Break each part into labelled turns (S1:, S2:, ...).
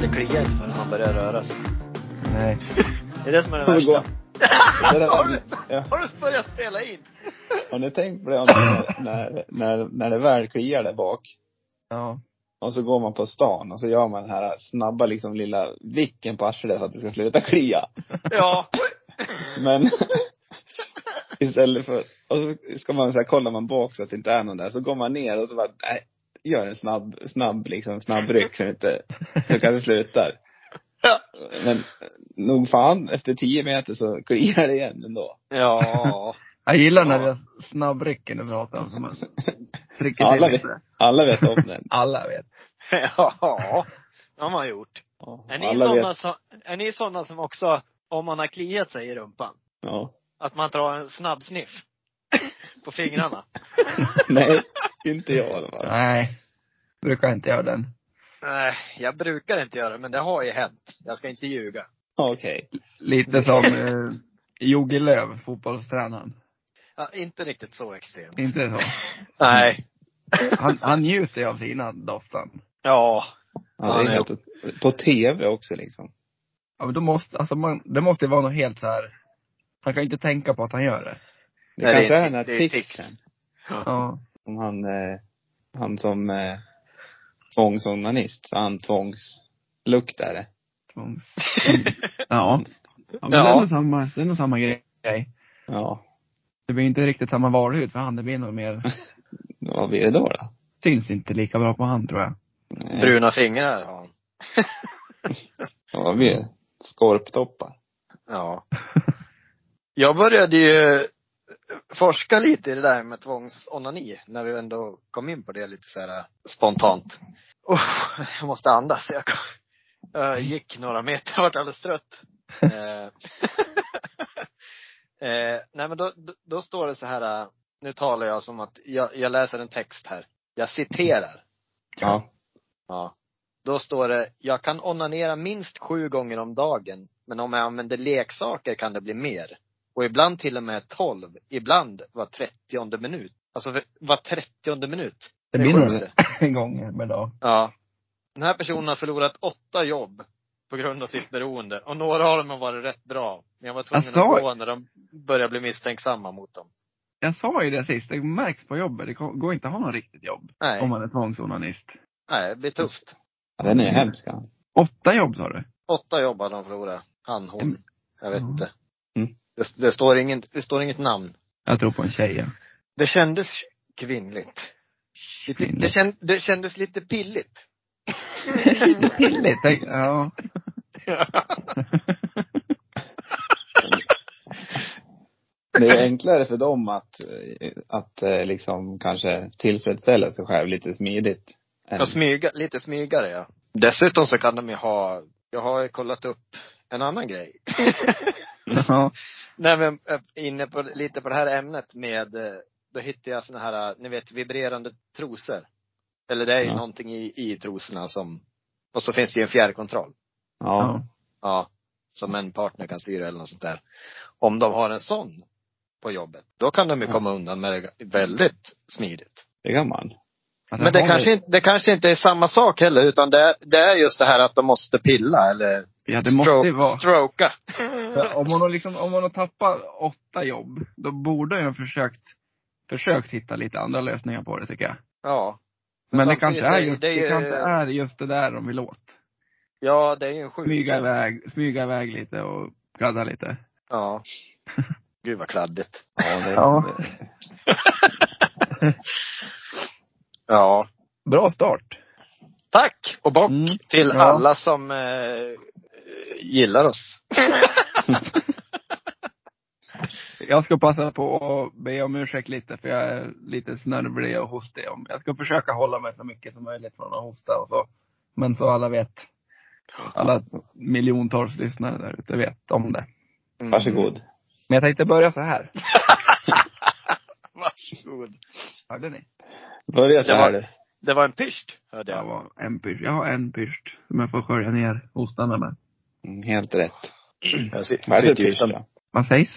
S1: inte klia inte förrän han börjar röra sig.
S2: Nej.
S1: Det är det som är det
S3: Får det gå?
S1: värsta.
S3: Det där-
S4: Har du,
S3: ja.
S4: har du börjat spela in?
S3: Har ni tänkt på det? När, när, när, när det väl kliar där bak.
S2: Ja.
S3: Och så går man på stan och så gör man den här snabba liksom lilla vicken på arslet för att det ska sluta klia.
S4: Ja.
S3: Men istället för, och så ska man så här, kollar man bak så att det inte är någon där. Så går man ner och så bara, nej, gör en snabb, snabb liksom, snabb ryck så det inte, så det kanske slutar.
S4: Ja.
S3: Men nog fan, efter tio meter så kliar det igen ändå.
S4: Ja.
S2: Jag gillar när
S4: Ja.
S2: det är snabbrycken du pratar om. Som man trycker till
S3: Alla vet,
S2: lite.
S3: alla vet om den.
S2: Alla vet.
S4: Ja. Det har man gjort.
S3: Ja,
S4: Är ni,
S3: alla vet.
S4: såna som, är ni såna som också, om man har kliat sig i rumpan,
S3: Ja.
S4: att man drar en snabb sniff på fingrarna?
S3: Nej, inte jag i alla fall.
S2: Nej. Brukar inte göra den.
S4: Nej, jag brukar inte göra det, men det har ju hänt. Jag ska inte ljuga.
S3: Okej.
S2: Lite som eh, Jogi Löw, fotbollstränaren.
S4: Ja, inte riktigt så extremt.
S2: Inte så.
S4: Nej.
S2: Han, han njuter ju av sina doftan.
S4: Ja.
S3: Ja, det är helt, på tv också liksom.
S2: Ja men då måste, alltså man, det måste ju vara något helt så här. Han kan ju inte tänka på att han gör det.
S3: Det
S4: Nej,
S3: kanske
S4: det är-
S3: är den här
S4: det är
S3: tixen.
S2: Ja.
S3: Om han, eh, han som eh, tvångsonanist, så han tvångsluktare.
S2: Tvångs...
S3: Mm.
S2: Ja. ja men
S4: Ja.
S2: Det, är nog samma, det är nog samma grej.
S3: Ja.
S2: Det blir inte riktigt samma varuhud för han. Det blir nog mer,
S3: Vad blir det då då?
S2: syns inte lika bra på han tror jag.
S3: Eh,
S4: Bruna fingrar har han.
S3: ja, Vad blir det? Skorptoppar.
S4: Ja. Jag började ju forska lite i det där med tvångsonani, när vi ändå kom in på det lite så här äh, spontant. Oh, jag måste andas. Jag, kom, jag gick några meter, jag vart alldeles trött. Eh, eh, nej men då, då, då står det så här, eh, nu talar jag som att, jag, jag läser en text här. Jag citerar.
S3: Ja.
S4: Ja. Då står det, jag kan onanera minst sju gånger om dagen, men om jag använder leksaker kan det bli mer. Och ibland till och med tolv, ibland var trettionde minut. Alltså v- var trettionde minut.
S2: Det blir nog
S4: sjukt.
S2: en gång per dag.
S4: Ja. Den här personen har förlorat åtta jobb på grund av sitt beroende. Och några av dem har varit rätt bra. Men jag var tvungen
S2: Asså.
S4: att gå när de började bli misstänksamma mot dem.
S2: Jag sa ju det sist, det märks på jobbet. Det går inte att ha något riktigt jobb.
S4: Nej,
S2: Om man är tvångsonanist.
S4: nej, det blir tufft.
S3: ja den är hemsk han.
S2: Åtta jobb sa du?
S4: Åtta jobb har de förlorat. Han, hon. Jag vet
S2: Ja.
S4: inte.
S3: Mm.
S4: Det, det, står inget, det står inget namn.
S2: Jag tror på en tjej. ja.
S4: Det kändes kvinnligt. Det, det, känd, det kändes lite pilligt.
S2: Pilligt. tänk- Ja.
S3: Det är enklare för dem att, eh, att eh, liksom kanske tillfredsställa sig själv lite smidigt. än-
S4: Ja, smyga, lite smygare ja. Dessutom så kan de ju ha, jag har ju kollat upp en annan grej.
S2: ja.
S4: Nej men eh, inne på, lite på det här ämnet med, eh, då hittade jag såna här, eh, ni vet vibrerande trosor. Eller det är ju
S3: Ja.
S4: någonting i, i trosorna som, och så finns det ju en fjärrkontroll.
S3: ja.
S2: ja.
S4: Ja. Som en partner kan styra eller något sånt där. Om de har en sån på jobbet, då kan de ju
S3: Ja.
S4: komma undan med det väldigt smidigt.
S3: Det kan man.
S2: Att
S4: Men det
S2: jag har-
S4: kanske, inte, det kanske inte är samma sak heller, utan det, är- det är just det här att de måste pilla eller
S2: Ja, det måste
S4: stroke-
S2: ju vara.
S4: stroka.
S2: Ja, Om hon har liksom, om hon har tappat åtta jobb, då borde hon försökt, försökt hitta lite andra lösningar på det tycker jag.
S4: Ja.
S2: Men, det
S4: samtidigt
S2: kanske är
S4: är-
S2: just,
S4: det
S2: det,
S4: är ju-
S2: kanske är just det där de vill åt.
S4: Ja, det är ju en
S2: Smyga
S4: sjukdom.
S2: iväg, smyga iväg lite och gadda lite.
S4: Ja. Gud vad kladdigt.
S3: Ja, det,
S2: Ja.
S4: Ja.
S2: Bra start.
S4: Tack och bock
S2: Mm.
S4: till
S2: Ja.
S4: alla som eh, gillar oss.
S2: Jag ska passa på att be om ursäkt lite för jag är lite snörvlig och hostig. om- Jag ska försöka hålla mig så mycket som möjligt från att hosta och så. Men så alla vet. Alla miljontals lyssnare där ute vet om det.
S4: Mm.
S3: Varsågod.
S2: Men jag tänkte börja så här.
S4: Varsågod.
S2: Hörde ni?
S3: Börja så
S4: Det
S3: här
S4: var-
S3: du.
S4: Det var en pyrst, hörde
S2: Jag
S4: jag.
S2: var en pyrst. Jag har en pyrst som jag får skölja ner ostarna med.
S3: Mm, Helt rätt.
S4: Jag sit-
S3: Vad är det
S4: sitter
S3: för
S4: ju
S3: pyrsch
S4: utan.
S3: då?
S2: Vad sägs?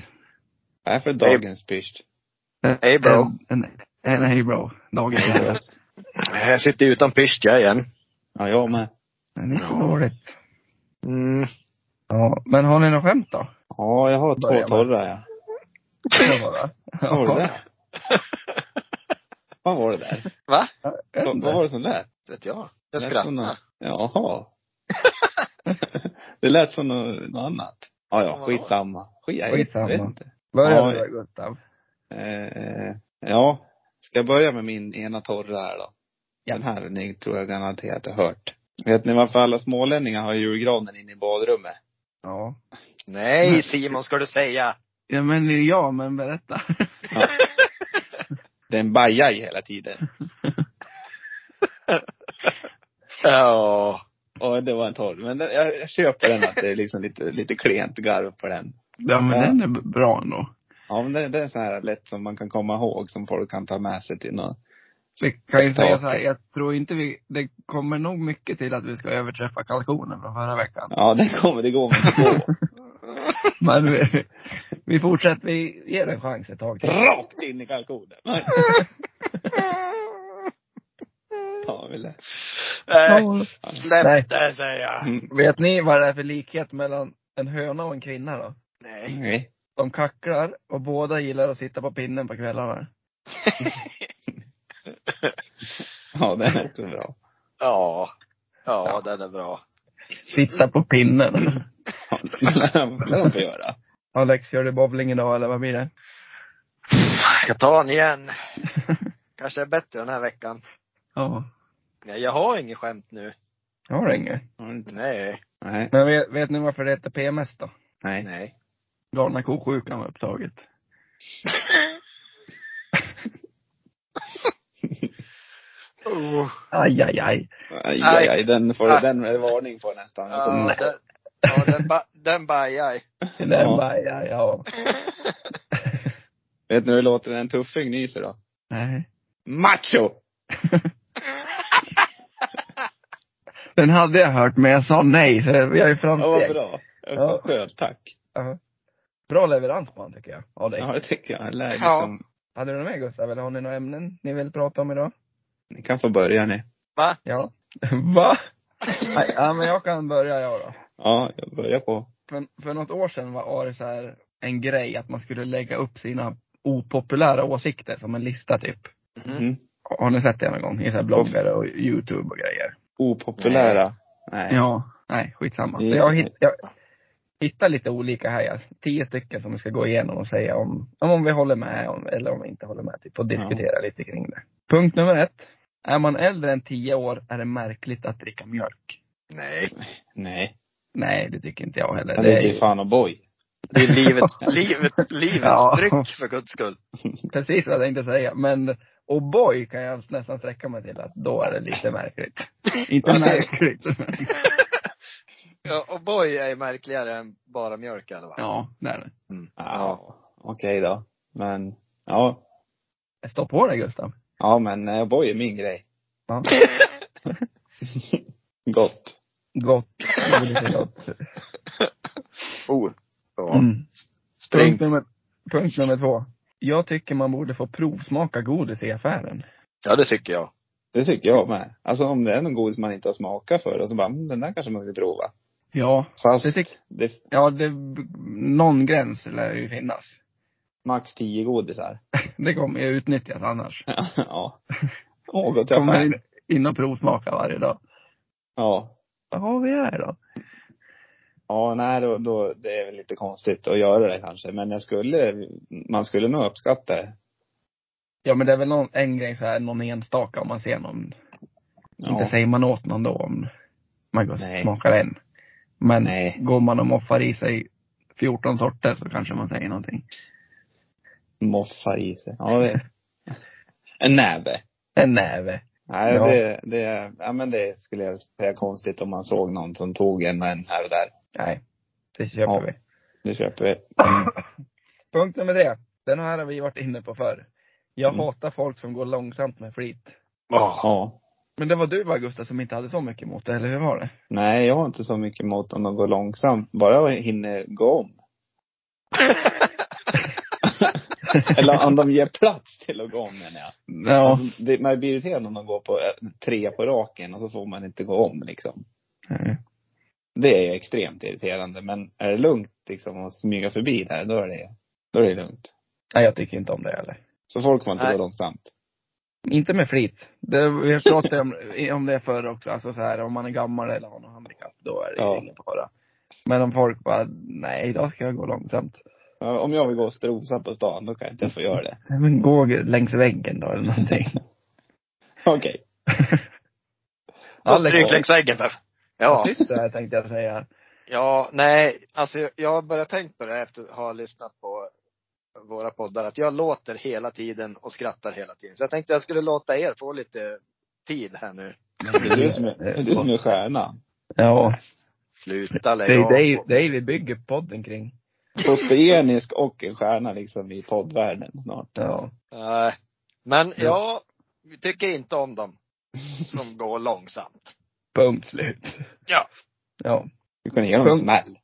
S3: Vad är det för dagens pyrsch?
S4: Hej bro.
S2: En, en, en hej bro. Dagen.
S4: Jag sitter utan pyrst jag igen.
S3: Ja, jag med.
S2: Men det är inte
S4: Ja.
S2: dåligt.
S4: Mm.
S2: Ja, men har ni något skämt då?
S3: Ja, jag har
S2: Börja
S3: två
S2: med.
S3: torra ja.
S2: Det var det. Ja.
S3: Vad var det där? Vad var det där?
S4: Va?
S2: Jag vet
S3: Vad,
S2: inte.
S3: vad var det som lät?
S4: Vet jag. Jag
S3: Lät
S4: skrattar.
S3: som något- Jaha. det lät som något, något annat. Ja, ja, skitsamma. Skit, jag
S2: Skitsamma.
S3: vet inte.
S2: Börja
S3: Ja.
S2: du Gustav.
S3: Eh, ja. Ska jag börja med min ena torra här då?
S2: Ja.
S3: Den här ni tror jag garanterat har hört. Vet ni varför alla smålänningar har julgranen inne i badrummet?
S2: Ja.
S4: Nej Simon ska du säga.
S2: Ja men det är jag, men berätta.
S3: Den bajar ju hela tiden.
S4: Ja.
S3: Ja, det var en torr. Men den, jag, jag köper den att det är liksom lite, lite klent garv på den.
S2: Ja men
S3: Ja.
S2: den är b- bra ändå.
S3: Ja, men den, den är så här lätt som man kan komma ihåg som folk kan ta med sig till något.
S2: Vi kan ju
S3: Spektakel.
S2: säga så här, jag tror inte vi, det kommer nog mycket till att vi ska överträffa kalkonen från förra veckan.
S3: Ja, den kommer, det går med två.
S2: Men vi, vi fortsätter, vi ger det en chans ett tag till.
S3: Rakt in i kalkonen. Ja, vill det.
S4: Nej,
S2: Ja. Nej.
S4: släpp det säger jag.
S3: Mm.
S2: Vet ni vad det är för likhet mellan en höna och en kvinna då?
S4: Nej.
S3: Okej.
S2: De kacklar och båda gillar att sitta på pinnen på kvällarna.
S3: Ja, den är också bra.
S4: Ja.
S2: Ja.
S4: Ja, den är bra.
S2: Sitta på pinnen.
S3: Ja, det lär de få göra.
S2: Alex, gör du bowling idag eller vad blir det?
S4: Jag ska ta den igen. Kanske är bättre den här veckan.
S2: Ja.
S4: Nej, jag har inget skämt nu.
S2: Jag har inget.
S3: Har du inte?
S4: Nej.
S3: Nej.
S2: Men vet, vet ni varför det heter PMS då?
S3: Nej.
S4: Nej.
S2: Galna ko-sjukan var upptaget.
S4: Oh.
S2: Aj, aj, aj.
S3: Aj, aj, aj. Den får
S4: Aj.
S3: den är det varning på nästan. Jag kommer-
S4: Ja, den, ja, den, ba, den bajar jag.
S2: Den
S3: Ja.
S2: bara, ja, ja.
S3: Vet ni hur det låter när en tuffing nyser då?
S2: Nej.
S3: Macho!
S2: Den hade jag hört, men jag sa nej, så vi har ju
S3: Ja, vad
S2: framsteg. bra.
S3: bra.
S2: Ja.
S3: Ja. Skönt, tack.
S2: leverans på honom tycker jag, Alex.
S3: Ja, det tycker jag. Eller,
S4: Ja.
S3: liksom,
S2: Hade du något mer Gustav, eller har ni några ämnen ni vill prata om idag?
S3: Ni kan få börja ni.
S4: Va?
S2: Ja. Va? Nej, ja, men jag kan börja jag då.
S3: Ja, jag börjar på.
S2: För, för något år sedan var var det så här en grej att man skulle lägga upp sina opopulära åsikter som en lista typ.
S4: Mhm.
S3: Mm.
S2: Har ni sett det någon gång? I så här bloggar och youtube och grejer.
S3: Opopulära. Nej.
S2: Ja. Nej, skitsamma. Så
S3: Mm.
S2: jag, hitt, jag hittar lite olika här. Jag, tio stycken som vi ska gå igenom och säga om, om, om vi håller med om, eller om vi inte håller med. Typ, och diskutera lite kring det. Punkt nummer ett. Är man äldre än tio år är det märkligt att dricka mjölk.
S4: Nej.
S3: Nej.
S2: Nej, det tycker inte jag heller.
S3: Det
S2: Det är
S3: ligger
S2: ju-
S3: fan och boy.
S4: Det är livet, livet, livets
S2: Ja.
S4: dryck för guds skull.
S2: Precis vad jag tänkte säga. Men och boy kan jag nästan sträcka mig till att då är det lite märkligt. Inte
S3: Ja, det-
S2: märkligt. men-
S4: Ja, och boy är märkligare än bara mjölk eller vad?
S2: Ja, det är det.
S4: Mm. Ja.
S3: Ja. Okej då. Men, ja.
S2: Stå på dig Gustav.
S3: Ja men eh, boy är min grej.
S2: Ja.
S3: Gott.
S2: Gott. Det är lite gott.
S4: Oh. Ja.
S2: Mm.
S4: Spring.
S2: Punkt, nummer, punkt nummer två. Jag tycker man borde få provsmaka godis i affären.
S4: Ja, det tycker jag.
S3: Det tycker jag med. Alltså om det är någon godis man inte har smakat för och så bara, mm, den där kanske man ska prova.
S2: Ja.
S3: Fast
S2: Det tyck-
S3: det är
S2: Ja, det, någon gräns lär ju finnas.
S3: max tio godisar.
S2: Det kommer ju utnyttjas annars.
S3: ja. Åh, gå till
S2: Kommer
S3: affären.
S2: in, in och provsmaka varje dag.
S3: Ja.
S2: Vad har vi här då?
S3: Ja, nej då, då, det är väl lite konstigt att göra det kanske. Men jag skulle, man skulle nog uppskatta det.
S2: Ja men det är väl någon, en grej så här, någon enstaka om man ser någon
S3: Ja.
S2: Inte säger man åt någon då om man går och
S3: Nej.
S2: smakar en. Men
S3: Nej.
S2: går man och moffar i sig 14 sorter så kanske man säger någonting.
S3: Moffar i sig. Ja, det. En näve.
S2: En näve.
S3: Nej,
S2: Ja.
S3: det, det, ja men det skulle jag säga konstigt om man såg någon som tog en och en här och där.
S2: Nej, det köper
S3: Ja.
S2: vi.
S3: Det köper vi.
S2: Punkt nummer tre. Den här har vi varit inne på förr. Jag
S3: Mm.
S2: hatar folk som går långsamt med flit.
S4: Ja.
S3: Ja.
S2: Men det var du va Gustav som inte hade så mycket emot det, eller hur var det?
S3: Nej, jag har inte så mycket emot om de går långsamt. Bara jag hinner gå om. Eller om de ger plats till att gå om menar jag.
S2: Ja.
S3: Alltså, det, man blir irriterad om de går på eh, tre på raken och så får man inte gå om liksom.
S2: Nej.
S3: Det är ju extremt irriterande. Men är det lugnt liksom att smyga förbi där, då är det, då är det lugnt.
S2: Nej, jag tycker inte om det heller.
S3: Så folk får inte
S4: Nej.
S3: gå långsamt.
S2: Inte med flit. Det, jag pratade om, om det förr också, alltså så här, om man är gammal eller har något handikapp, då är det
S3: Ja.
S2: ingen fara. Men om folk bara, nej idag ska jag gå långsamt.
S3: Ja, Om jag vill gå och strosa på stan, då kan jag inte få göra det.
S2: Nej, Men gå längs väggen då eller någonting.
S3: Okej.
S4: Och strykleksäggen där. Ja.
S2: Tyst där tänkte jag säga.
S4: Ja, nej, alltså jag- jag har börjat tänkt på det här efter att ha lyssnat på våra poddar, att jag låter hela tiden och skrattar hela tiden. Så jag tänkte jag skulle låta er få lite tid här nu.
S3: Det är du som är, det är, du som är stjärnan.
S2: Ja,
S4: Sluta
S2: det
S4: lägga
S2: är
S4: av.
S2: dig, dig vi bygger podden kring.
S3: Fotogenisk och en stjärna liksom i poddvärlden snart.
S2: Ja.
S4: Nej. Men jag tycker inte om dem som går långsamt.
S2: Punkt slut.
S4: Ja.
S2: Ja.
S3: Du kan ge dem en smäll.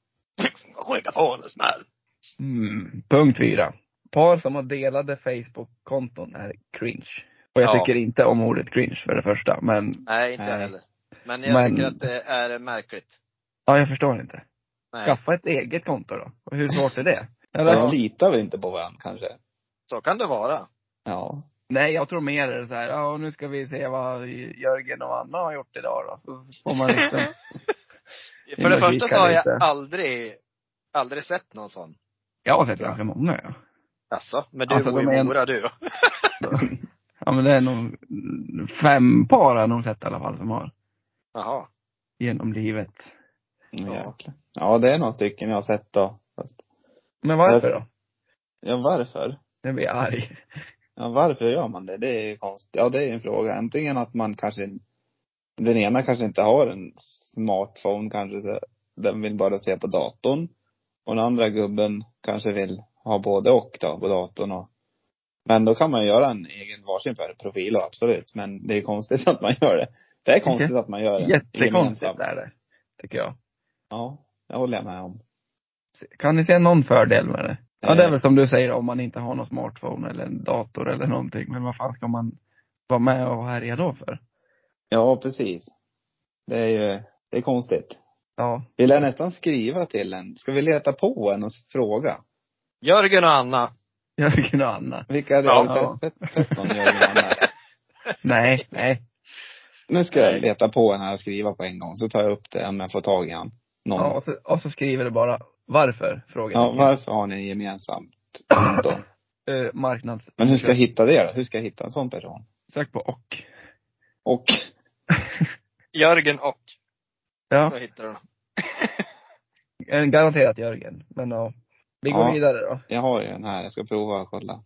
S4: Skicka på en smäll.
S2: Mm. Punkt fyra. Par som har delade Facebook-konton är cringe. Och jag
S4: Ja.
S2: tycker inte om ordet cringe för det första, men
S4: Nej, inte
S3: Nej.
S4: heller. Men jag
S2: Men-
S4: tycker att det är märkligt.
S2: ja, jag förstår inte.
S4: Nej,
S2: Skaffa ett eget konto då. Och hur svårt är det? Eller?
S3: De litar väl inte på varandra kanske?
S4: så kan det vara.
S3: Ja.
S2: Nej, jag tror mer det är så här, ja och nu ska vi se vad Jörgen och Anna har gjort idag då. Så får man liksom,
S4: För det
S2: logik
S4: första så
S2: kan
S4: har
S2: det
S4: jag
S2: inte.
S4: aldrig, aldrig sett någon sån.
S2: jag har sett ganska många ja.
S4: Alltså, men du
S2: Alltså,
S4: bor
S2: de är
S4: i
S2: en-
S4: Mora du.
S2: Ja men det är nog fem par har jag nog sett i alla fall som har
S4: Jaha.
S2: genom livet.
S3: Mm,
S4: Ja.
S3: jäklar. Ja, det är några stycken jag har sett då. Fast,
S2: Men varför då?
S3: ja, varför?
S2: Nu blir jag arg.
S3: Ja, varför gör man det? Det är ju konstigt. Ja, det är ju en fråga. Antingen att man kanske, den ena kanske inte har en smartphone kanske, så den vill bara se på datorn. Och den andra gubben kanske vill ha både och då, på datorn och. Men då kan man ju göra en egen varsin per profil då, absolut. Men det är ju konstigt att man gör det. Det är konstigt att man gör det.
S2: Jättekonstigt
S3: gemensamt.
S2: är det. Tycker jag.
S3: Ja, det håller jag med om.
S2: Kan ni se någon fördel med det? Ja det är
S3: Eh.
S2: väl som du säger om man inte har någon smartphone eller en dator eller någonting. Men vad fan ska man vara med och härja då för?
S3: Ja, precis. Det är ju, det är konstigt.
S2: Ja.
S3: Vi lär nästan skriva till en. Ska vi leta på en och s- fråga?
S4: Jörgen och Anna.
S2: Jörgen och Anna.
S3: Vilka hade
S4: Ja.
S3: jag aldrig sett, sett någon göra innan här?
S2: Nej, nej.
S3: Nu ska jag leta på en här och skriva på en gång, så tar jag upp det om jag får tag i han. Någon.
S2: Ja,
S3: Ja,
S2: och, så, och så skriver det bara varför? Frågan.
S3: varför har ni gemensamt konto?
S2: Eh, marknads...
S3: Men hur ska jag hitta det då? Hur ska jag hitta en sån person?
S2: Sök på och.
S3: Och,
S4: Jörgen och. Så
S2: Ja,
S4: hittar du dem.
S2: en garanterat Jörgen. Men ja. Vi går
S3: Ja.
S2: vidare då.
S3: jag har ju den här, jag ska prova och kolla.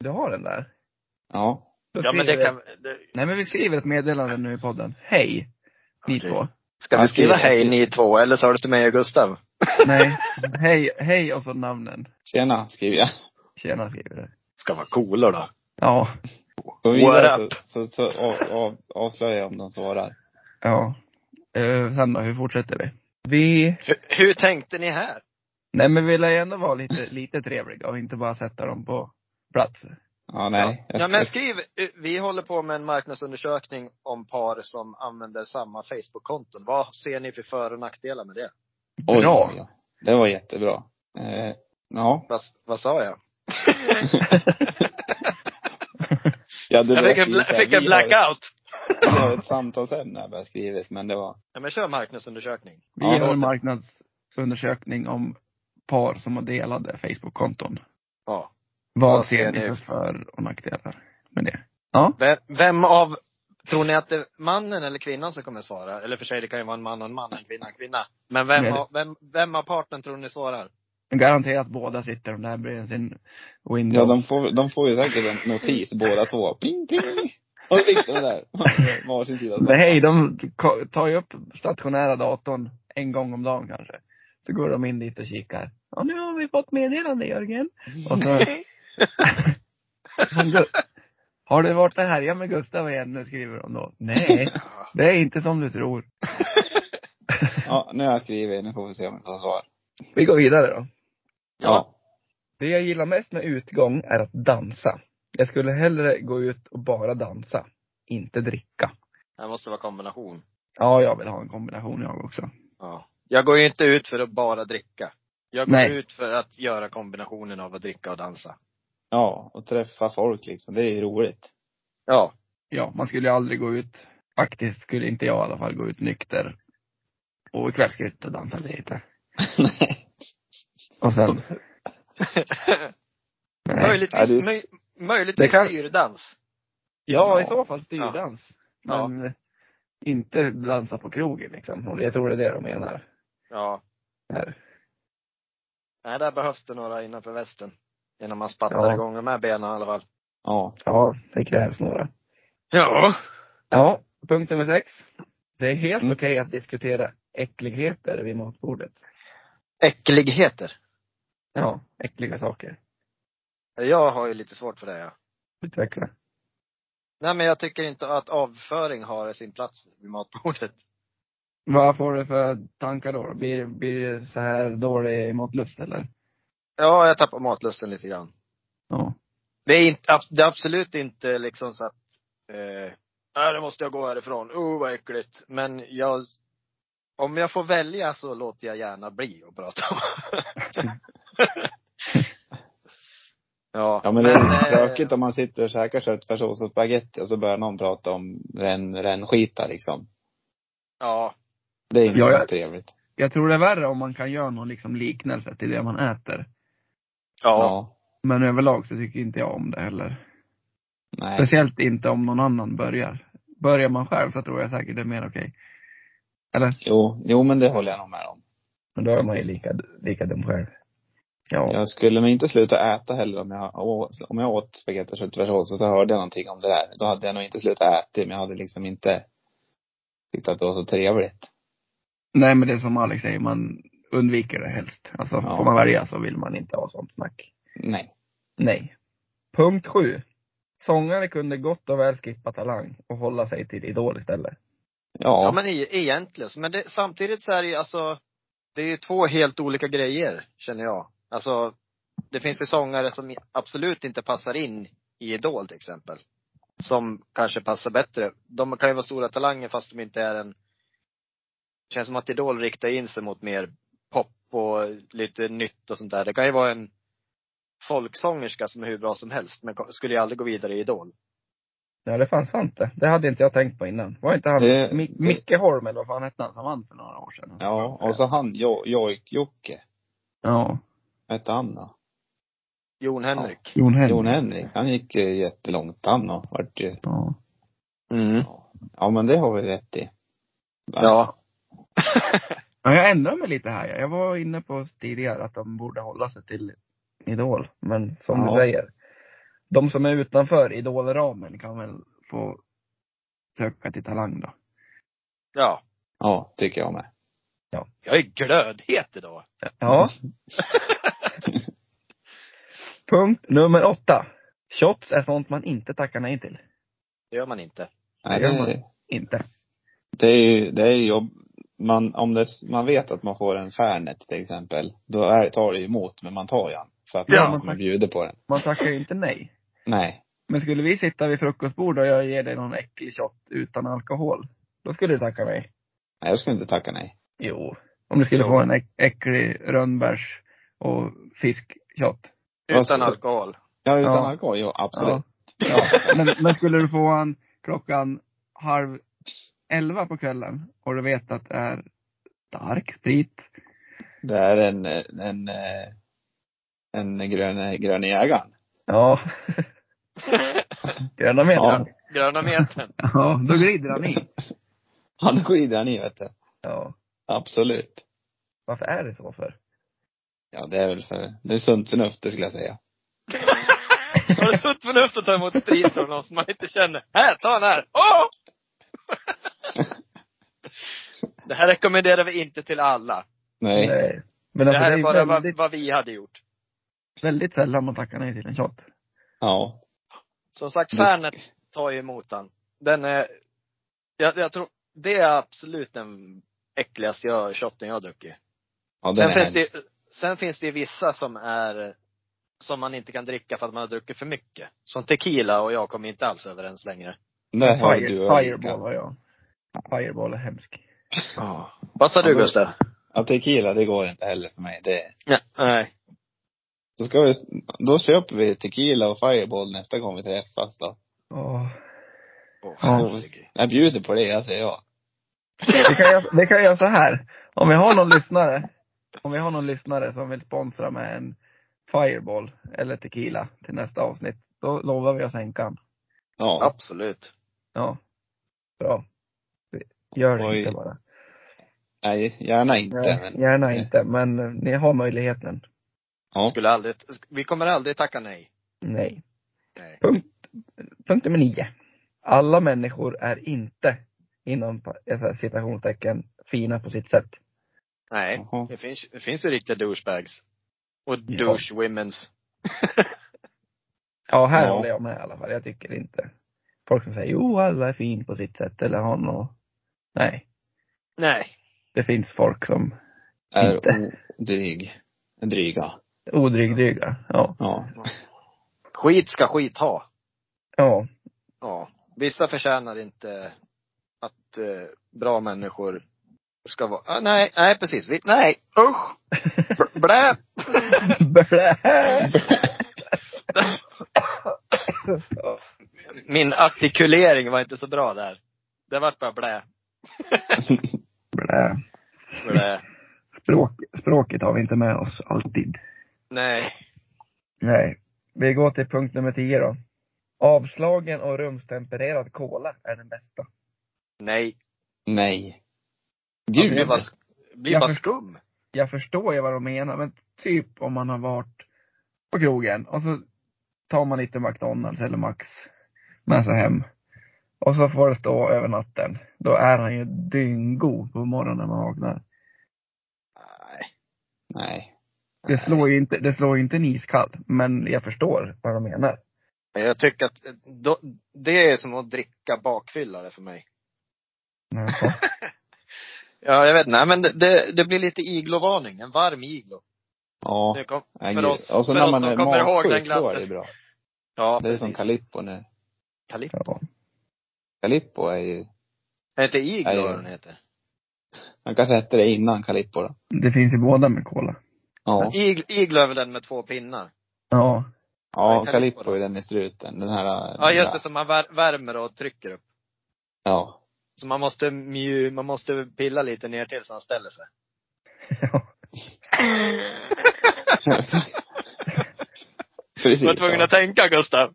S2: Du har den där?
S3: Ja.
S2: Då
S4: Ja men
S2: skriver
S4: det
S2: vi-
S4: kan, det,
S2: Nej men vi skriver ett meddelande nu i podden. Hej! Ni
S4: Okej.
S2: två.
S4: ska vi skriva hej ni två, eller sa du till mig och Gustav?
S2: Nej. Hej, hej och så namnen.
S3: Tjena, skriver jag.
S2: Tjena skriver det.
S4: Ska vara coola då.
S2: Ja.
S3: Gå vidare
S4: What
S3: så, så, så av, av, avslöjar jag om de svarar.
S2: Ja. Uh, sen då, hur fortsätter vi? Vi,
S4: Hur, hur tänkte ni här?
S2: nej men vi lär ju ändå vara lite, lite trevliga och inte bara sätta dem på plats.
S3: Ja, nej.
S4: Ja. ja men skriv, eh, vi håller på med en marknadsundersökning om par som använder samma Facebook-konton. Vad ser ni för för och nackdelar med det?
S3: Oj,
S2: Bra.
S3: oj, oj. Det var jättebra. Eh, ja.
S4: Vad, vad sa jag?
S3: ja du
S4: Jag
S3: vet
S4: fick en,
S3: ju
S4: bla,
S3: så här,
S4: fick en
S3: vi har-
S4: blackout!
S3: Vi har ett samtalsämne jag bara skrivit, men det var,
S4: Ja men kör marknadsundersökning.
S2: Vi
S3: Ja,
S2: gör
S4: låter-
S2: en marknadsundersökning om par som har delade Facebook-konton.
S4: Ja.
S2: Vad
S4: Vad ser
S2: ser ni
S4: ni?
S2: för för och nackdelar med det? Ja,
S4: Vem, vem av, tror ni att det är mannen eller kvinnan som kommer svara? Eller för sig, det kan ju vara en man och en man, en kvinna och en kvinna. Men vem,
S2: Nej, det-
S4: av, vem, vem av parten tror ni svarar?
S2: garanterat båda sitter de där bredvid sin window.
S3: ja de får, de får ju säkert en notis båda två. Ping, ping! Och så sitter de där, varsin sida.
S2: Men hej, de ko- tar ju upp stationära datorn en gång om dagen kanske. Så går de in dit och kikar. Ja, nu har vi fått meddelande Jörgen. Och så, Men Gu- har du varit och härjat med Gustav igen nu, skriver de då. Nej, det är inte som du tror.
S3: Ja, nu har jag skrivit, nu får vi se om jag får svar.
S2: Vi går vidare då.
S3: Ja.
S2: Det jag gillar mest med utgång är att dansa. Jag skulle hellre gå ut och bara dansa, inte dricka.
S4: Det måste vara kombination.
S2: Ja, jag vill ha en kombination jag också.
S4: Ja. Jag går ju inte ut för att bara dricka. Jag går
S2: Nej.
S4: ut för att göra kombinationen av att dricka och dansa.
S3: Ja, och träffa folk liksom. Det är ju roligt.
S4: Ja.
S2: Ja, man skulle ju aldrig gå ut, faktiskt skulle inte jag i alla fall gå ut nykter. Och ikväll ska jag ut och dansa lite.
S3: Nej.
S2: Och sen, nej.
S4: möjligtvis,
S3: Ja, det-
S4: möj, möjligtvis
S2: Det kan-
S4: styrdans.
S2: Ja, i
S3: Ja.
S2: så fall styrdans.
S4: Ja.
S2: Men eh, inte dansa på krogen liksom. Och jag tror det är det de menar.
S4: Ja.
S2: Här.
S4: Nej, där behövs det några innanför västen. Innan man spattar
S2: Ja.
S4: igång de här benen i alla fall.
S3: Ja.
S2: Ja, det krävs några.
S4: Ja.
S2: Ja, punkt nummer sex. Det är helt
S3: Mm.
S2: okej att diskutera äckligheter vid matbordet.
S4: Äckligheter.
S2: Ja, äckliga saker.
S4: Jag har ju lite svårt för det ja.
S2: Utveckla.
S4: Nej men jag tycker inte att avföring har sin plats vid matbordet.
S2: Vad får du för tankar då? Blir, blir det så här dålig matlust eller?
S4: Ja, jag tappar matlusten lite grann.
S2: Ja.
S4: Det är, inte, ab- det är absolut inte liksom så att, eh, nej nu måste jag gå härifrån, oh vad äckligt. Men jag, om jag får välja så låter jag gärna bli att prata om.
S3: Mm.
S4: ja,
S3: Ja men det är
S4: eh,
S3: tråkigt om man sitter och käkar köttfärssås och spagetti och så börjar någon prata om ren, ren skita liksom.
S4: Ja,
S3: Det är inte
S2: Ja,
S3: så
S2: jag-
S3: trevligt.
S2: Jag tror det är värre om man kan göra någon liksom liknelse till det man äter.
S4: ja,
S2: Men överlag så tycker inte jag om det heller.
S3: Nej.
S2: Speciellt inte om någon annan börjar. Börjar man själv så tror jag säkert det är mer okej. Eller?
S3: Jo, jo men det håller jag nog med om.
S2: Men då är man ju lika, lika dum själv. Ja.
S3: Jag skulle nog inte sluta äta heller om jag, å- om jag åt spagetti och köttfärssås och så hörde jag någonting om det där. Då hade jag nog inte slutat äta men jag hade liksom inte tyckt att det var så trevligt.
S2: Nej men det är som Alex säger, man undviker det helst. Alltså
S3: Ja.
S2: får man välja så vill man inte ha sånt snack.
S3: Nej.
S2: Nej. Punkt sju. Sångare kunde gott och väl skippa Talang och hålla sig till Idol istället.
S3: Ja.
S4: ja men e- egentligen. Men det, samtidigt så är det ju alltså, det är ju två helt olika grejer, känner jag. Alltså, det finns ju sångare som absolut inte passar in i Idol till exempel. Som kanske passar bättre. De kan ju vara stora talanger fast de inte är en, känns som att Idol riktar in sig mot mer pop och lite nytt och sånt där. Det kan ju vara en folksångerska som är hur bra som helst men ko- skulle ju aldrig gå vidare i Idol.
S2: Ja det fanns sant det. Det hade inte jag tänkt på innan. Var inte han
S3: Det-
S2: Mi- Micke Holm eller vad fan hette han som vann för några år sedan?
S3: ja. Och så han, Jo- Jojk-Jocke.
S2: Ja.
S3: Vad hette han då?
S4: Jon Henrik.
S2: Jon Henrik.
S3: Jon Henrik. Han gick ju jättelångt han och vart ju
S2: Ja.
S4: Mm.
S3: Ja, men det har vi rätt i.
S4: Ja.
S2: ja. Jag ändrar mig lite här. Jag var inne på tidigare att de borde hålla sig till Idol. Men som
S3: Ja.
S2: du säger. De som är utanför Idolramen kan väl få söka till Talang då.
S4: Ja.
S3: Ja, tycker jag med.
S4: Jag är glödhet idag.
S2: Ja. Punkt nummer åtta. Shots är sånt man inte tackar nej till.
S4: Det gör man inte.
S3: Nej,
S2: gör
S3: det,
S2: man. Inte.
S3: det är ju, det är ju jobb. Man, om det, man vet att man får en Fernet till exempel, då är, tar det ju emot, men man tar ju den. För att det
S2: Ja,
S3: är
S2: man
S3: någon som
S2: tack-
S3: bjuder på den.
S2: Man tackar ju inte nej.
S3: Nej.
S2: Men skulle vi sitta vid frukostbordet och jag ger dig någon äcklig shot utan alkohol, då skulle du tacka nej.
S3: Nej, jag skulle inte tacka nej.
S2: Jo. Om du skulle få en äck- äcklig rönnbärs och fiskshot.
S3: Vad
S4: Utan
S3: så-
S4: alkohol.
S3: Ja, utan
S2: Ja.
S3: alkohol, jo absolut.
S2: Ja. ja. Men, men skulle du få en klockan halv elva på kvällen och du vet att det är stark sprit.
S3: Det är en, eh, en, eh, en grön, grön jägaren.
S2: Ja. Gröna meter.
S3: Ja.
S4: Gröna metern.
S2: Ja, då glider han in.
S3: Han skider han i, vet du.
S2: Ja.
S3: Absolut.
S2: Varför är det så för?
S3: Ja, det är väl för, det är sunt förnuft, det skulle jag säga.
S4: Har du sunt förnuft att ta emot sprit från någon som man inte känner? Här, ta den här! Åh! Det här rekommenderar vi inte till alla.
S3: Nej.
S2: Nej. Men
S4: Det
S2: alltså,
S4: här
S2: det,
S4: är
S2: är
S4: bara vad,
S2: väldigt,
S4: vad vi hade gjort.
S2: väldigt sällan man tackar nej till en shot.
S3: Ja.
S4: Som sagt, Fernet tar ju emot den. Den är, jag, jag tror, det är absolut den äckligaste jag, shotten jag har druckit.
S3: Ja, den
S4: Sen
S3: är
S4: finns, det,
S3: hemsk.
S4: ju- sen finns det ju vissa som är, som man inte kan dricka för att man har druckit för mycket. Som tequila och jag kom inte alls överens längre.
S3: Det har
S2: Fire-
S3: du och Erika.
S2: Fireball var jag. Fireball är hemsk.
S4: Ja. Vad sa du Gustav?
S3: Ja, tequila, det går inte heller för mig. Det,
S4: Ja, nej.
S3: då, ska vi, då köper vi tequila och fireball nästa gång vi träffas då.
S2: Åh.
S4: Åh,
S2: Ja.
S4: herregud.
S3: Jag bjuder på det, alltså jag.
S2: Vi kan, göra, vi kan göra så här. Om vi har någon lyssnare, om vi har någon lyssnare som vill sponsra med en Fireball eller Tequila till nästa avsnitt, då lovar vi att sänka den.
S3: Ja.
S4: Absolut.
S2: Ja. Bra. Gör det
S3: Oj.
S2: inte bara.
S3: Nej, gärna inte.
S2: Ja,
S3: Men,
S2: gärna inte, men eh, ni har möjligheten.
S3: ja.
S4: Skulle aldrig, vi kommer aldrig tacka nej.
S2: Nej.
S4: Nej.
S2: Punkt, punkt nummer nio. Alla människor är inte, inom pa- eh, så här citationstecken, fina på sitt sätt.
S4: Nej.
S3: Jaha.
S4: Det finns, det finns ju riktiga douchebags. Och
S2: Ja.
S4: douche-womens.
S2: Ja, här
S3: Ja.
S2: håller jag med i alla fall. Jag tycker inte. Folk som säger, jo alla är fin på sitt sätt eller har något. Nej.
S4: Nej.
S2: Det finns folk som
S3: Är
S2: Inte.
S3: odryg. Dryga.
S2: odrygdryga. Ja.
S3: Ja.
S4: Skit ska skit ha.
S2: Ja.
S4: Ja. Vissa förtjänar inte att eh, bra människor ska vara, ah, nej, nej precis. Vi, nej, usch! Bl- Blä!
S2: Blä.
S4: Min artikulering var inte så bra där. Det vart bara blä.
S2: Blä.
S4: blä.
S2: Språk, språket har vi inte med oss alltid.
S4: Nej.
S2: Nej. Vi går till punkt nummer tio då. Avslagen och rumstempererad cola är den bästa.
S4: Nej.
S3: Nej.
S4: Det
S3: Gud.
S4: blir bara, blir
S2: Jag
S4: bara
S2: först-
S4: skum.
S2: jag förstår ju vad de menar, men typ om man har varit på krogen och så tar man lite McDonalds eller Max med sig hem. Och så får det stå över natten. Då är han ju dyngod på morgonen när man vaknar.
S4: Nej.
S3: Nej.
S2: Det slår ju inte, det slår ju inte en iskall, men jag förstår vad de menar.
S4: Men Jag tycker att eh, då, det är som att dricka bakfyllare för mig.
S2: Men så-
S4: Ja, jag vet inte. Nej, men det, det, det blir lite iglovarning. En varm iglo.
S3: Ja.
S4: Det kom,
S3: Nej,
S4: för
S3: gud.
S4: oss,
S3: och så
S4: för
S3: när
S4: oss
S3: man
S4: som
S3: är
S4: kommer ihåg den
S3: magsjuk, då är
S4: glatten.
S3: det bra.
S4: Ja,
S3: Det är som Calippo nu.
S4: Kalip.
S2: ja.
S3: Calippo är ju,
S4: Heter iglo
S3: Nej,
S4: vad
S3: ja.
S4: den heter?
S3: han kanske hette det innan Calippo då.
S2: Det finns ju båda med cola.
S3: Ja.
S4: Iglo, iglo är väl den med två pinnar?
S2: Ja.
S4: Ja,
S3: Ja,
S4: Calippo
S3: Calippo
S4: då.
S3: är den i struten. Den här.
S4: Ja, just det. Som man vär, värmer och trycker upp.
S3: Ja.
S4: Så man måste mju, man måste pilla lite ner till så han ställer sig.
S3: Precis.
S4: Du var tvungen
S3: ja.
S4: att tänka Gustav.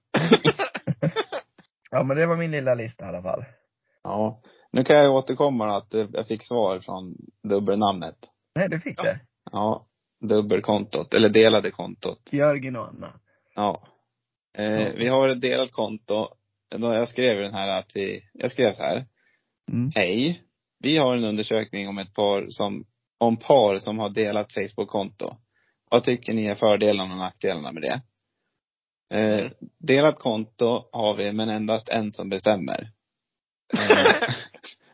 S2: ja, men det var min lilla lista i alla fall.
S3: Ja. Nu kan jag återkomma då att eh, jag fick svar från dubbelnamnet.
S2: Nej, du fick
S4: Ja.
S2: det.
S3: Ja. Dubbelkontot, eller delade kontot.
S2: Jörgen och Anna.
S3: Ja. Eh, vi har ett delat konto. Då Jag skrev i den här att vi, jag skrev så här.
S2: Mm.
S3: Hej. Vi har en undersökning om ett par som, om par som har delat Facebook-konto. Vad tycker ni är fördelarna och nackdelarna med det? Eh, delat konto har vi, men endast en som bestämmer. Eh,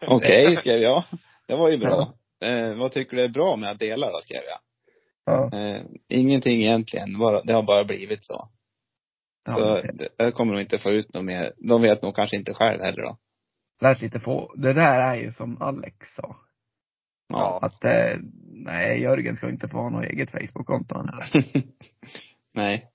S3: Okej, skrev jag. Det var ju bra. Eh, vad tycker du är bra med att dela då, skrev jag.
S2: Ja.
S3: Eh, ingenting egentligen, bara, det har bara blivit så.
S2: ja.
S3: Så det- jag kommer nog inte få ut något mer. De vet nog kanske inte själv heller då.
S2: Lät lite på. Det där är ju som Alex sa.
S4: Ja.
S2: Att eh, nej, Jörgen ska inte få ha något eget Facebook-konto han heller.
S3: Nej.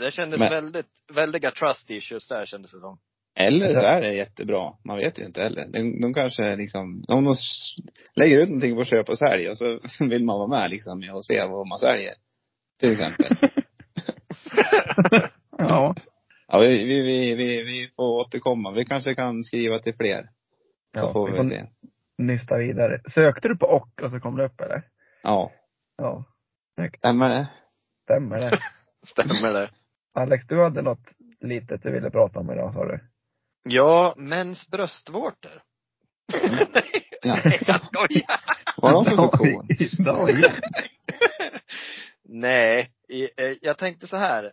S4: Det kändes
S3: Men-
S4: väldigt, väldiga trust issues där kändes det som.
S3: Eller så är det jättebra. Man vet ju inte heller. De, de kanske liksom, om de s- lägger ut någonting på köp och sälj och så vill man vara med liksom och se vad man säljer. Till exempel.
S2: Ja.
S3: Ja, vi, vi, vi, vi, vi får återkomma. Vi kanske kan skriva till fler. Så
S2: ja.
S3: får vi väl se.
S2: nysta vidare. Sökte du på och och så kom det upp eller?
S3: Ja.
S2: Ja.
S3: Nej, men,
S2: Stämmer det.
S4: Stämmer det?
S2: Alex, du hade något litet du ville prata om idag sa du?
S4: Ja, mäns bröstvårtor.
S3: ja.
S4: Nej, jag skojar.
S3: Vad har de för funktion?
S2: Idag igen.
S4: Nej, i- eh, jag tänkte så här.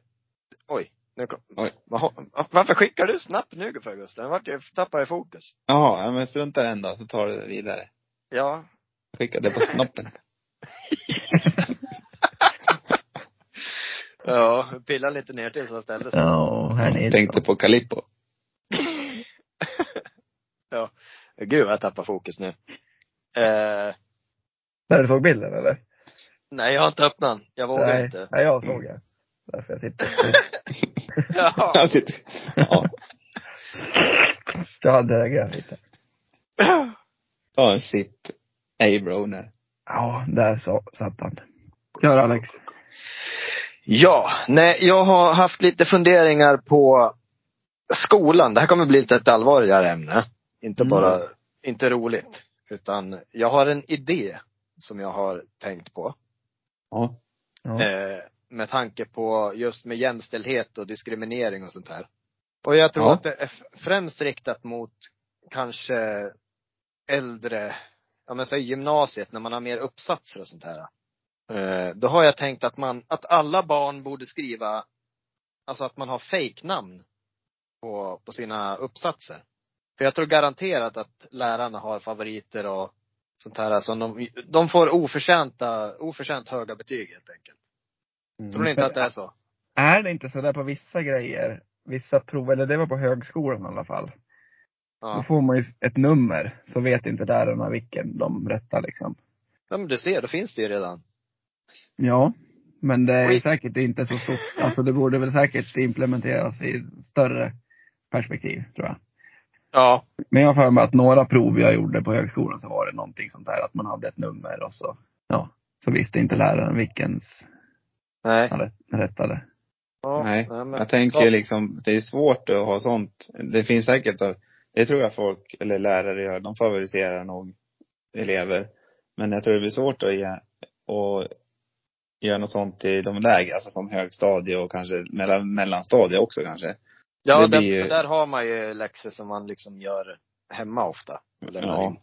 S4: Oj, nu kom,
S3: Oj.
S4: Vaha- Varför skickar du snabbt nu för Gustav? Jag vart ju- tappade jag fokus.
S3: Jaha, ja, men strunta i den då, så tar du det vidare.
S4: Ja.
S3: Skicka det på snoppen.
S4: Ja, pilla lite ner till så jag ställde sig.
S2: Ja, här nere.
S3: Tänkte på Calippo.
S4: Gud vad jag tappar fokus nu. Eh,
S2: När du såg bilden eller?
S4: nej, jag har inte öppnat den. Jag vågar
S2: nej,
S4: inte.
S2: nej, jag såg det. Därför jag tittade.
S4: Ja.
S3: Ja, titta. ja,
S2: Jag hade reagerat lite.
S3: ta en sipp. Ey bro, nej.
S2: Ja, där så, satt han. Kör Alex.
S4: ja, nej, jag har haft lite funderingar på skolan. Det här kommer bli lite ett allvarligare ämne. Inte
S2: Mm.
S4: bara, inte roligt. Utan jag har en idé som jag har tänkt på.
S3: Ja.
S2: Ja.
S4: Eh, med tanke på just med jämställdhet och diskriminering och sånt här. Och jag tror
S3: Ja.
S4: att det är f- främst riktat mot kanske äldre, ja men säg gymnasiet, när man har mer uppsatser och sånt här. Eh, då har jag tänkt att man, att alla barn borde skriva, alltså att man har fejknamn på, på sina uppsatser. För jag tror garanterat att lärarna har favoriter och sånt här som de, de får oförtjänta, oförtjänt höga betyg helt enkelt. Mm. Tror ni inte att det är så?
S2: Är det inte sådär på vissa grejer, vissa prov, eller det var på högskolan i alla fall. Då
S4: Ja.
S2: får man ju ett nummer, så vet inte lärarna vilken de rättar liksom.
S4: ja men du ser, då finns det ju redan.
S2: Ja. Men det är
S4: Skit.
S2: säkert inte så stort. Alltså det borde väl säkert implementeras i större perspektiv, tror jag.
S4: Ja.
S2: Men jag har för mig att några prov jag gjorde på högskolan så var det någonting sånt där att man hade ett nummer och så, ja, så visste inte läraren vilkens
S4: Nej.
S2: han rätt- rättade.
S4: Ja,
S3: Nej,
S4: men-
S3: jag tänker ju liksom, det är svårt att ha sånt. Det finns säkert, att- det tror jag folk, eller lärare gör, de favoriserar nog elever. Men jag tror det blir svårt att ge, att göra något sånt i de lägre, alltså som högstadie och kanske mellan, mellanstadie också kanske.
S4: Ja,
S3: det
S4: där,
S3: blir ju-
S4: för där har man ju läxor som man liksom gör hemma ofta. och lämnar
S3: Ja.
S4: in.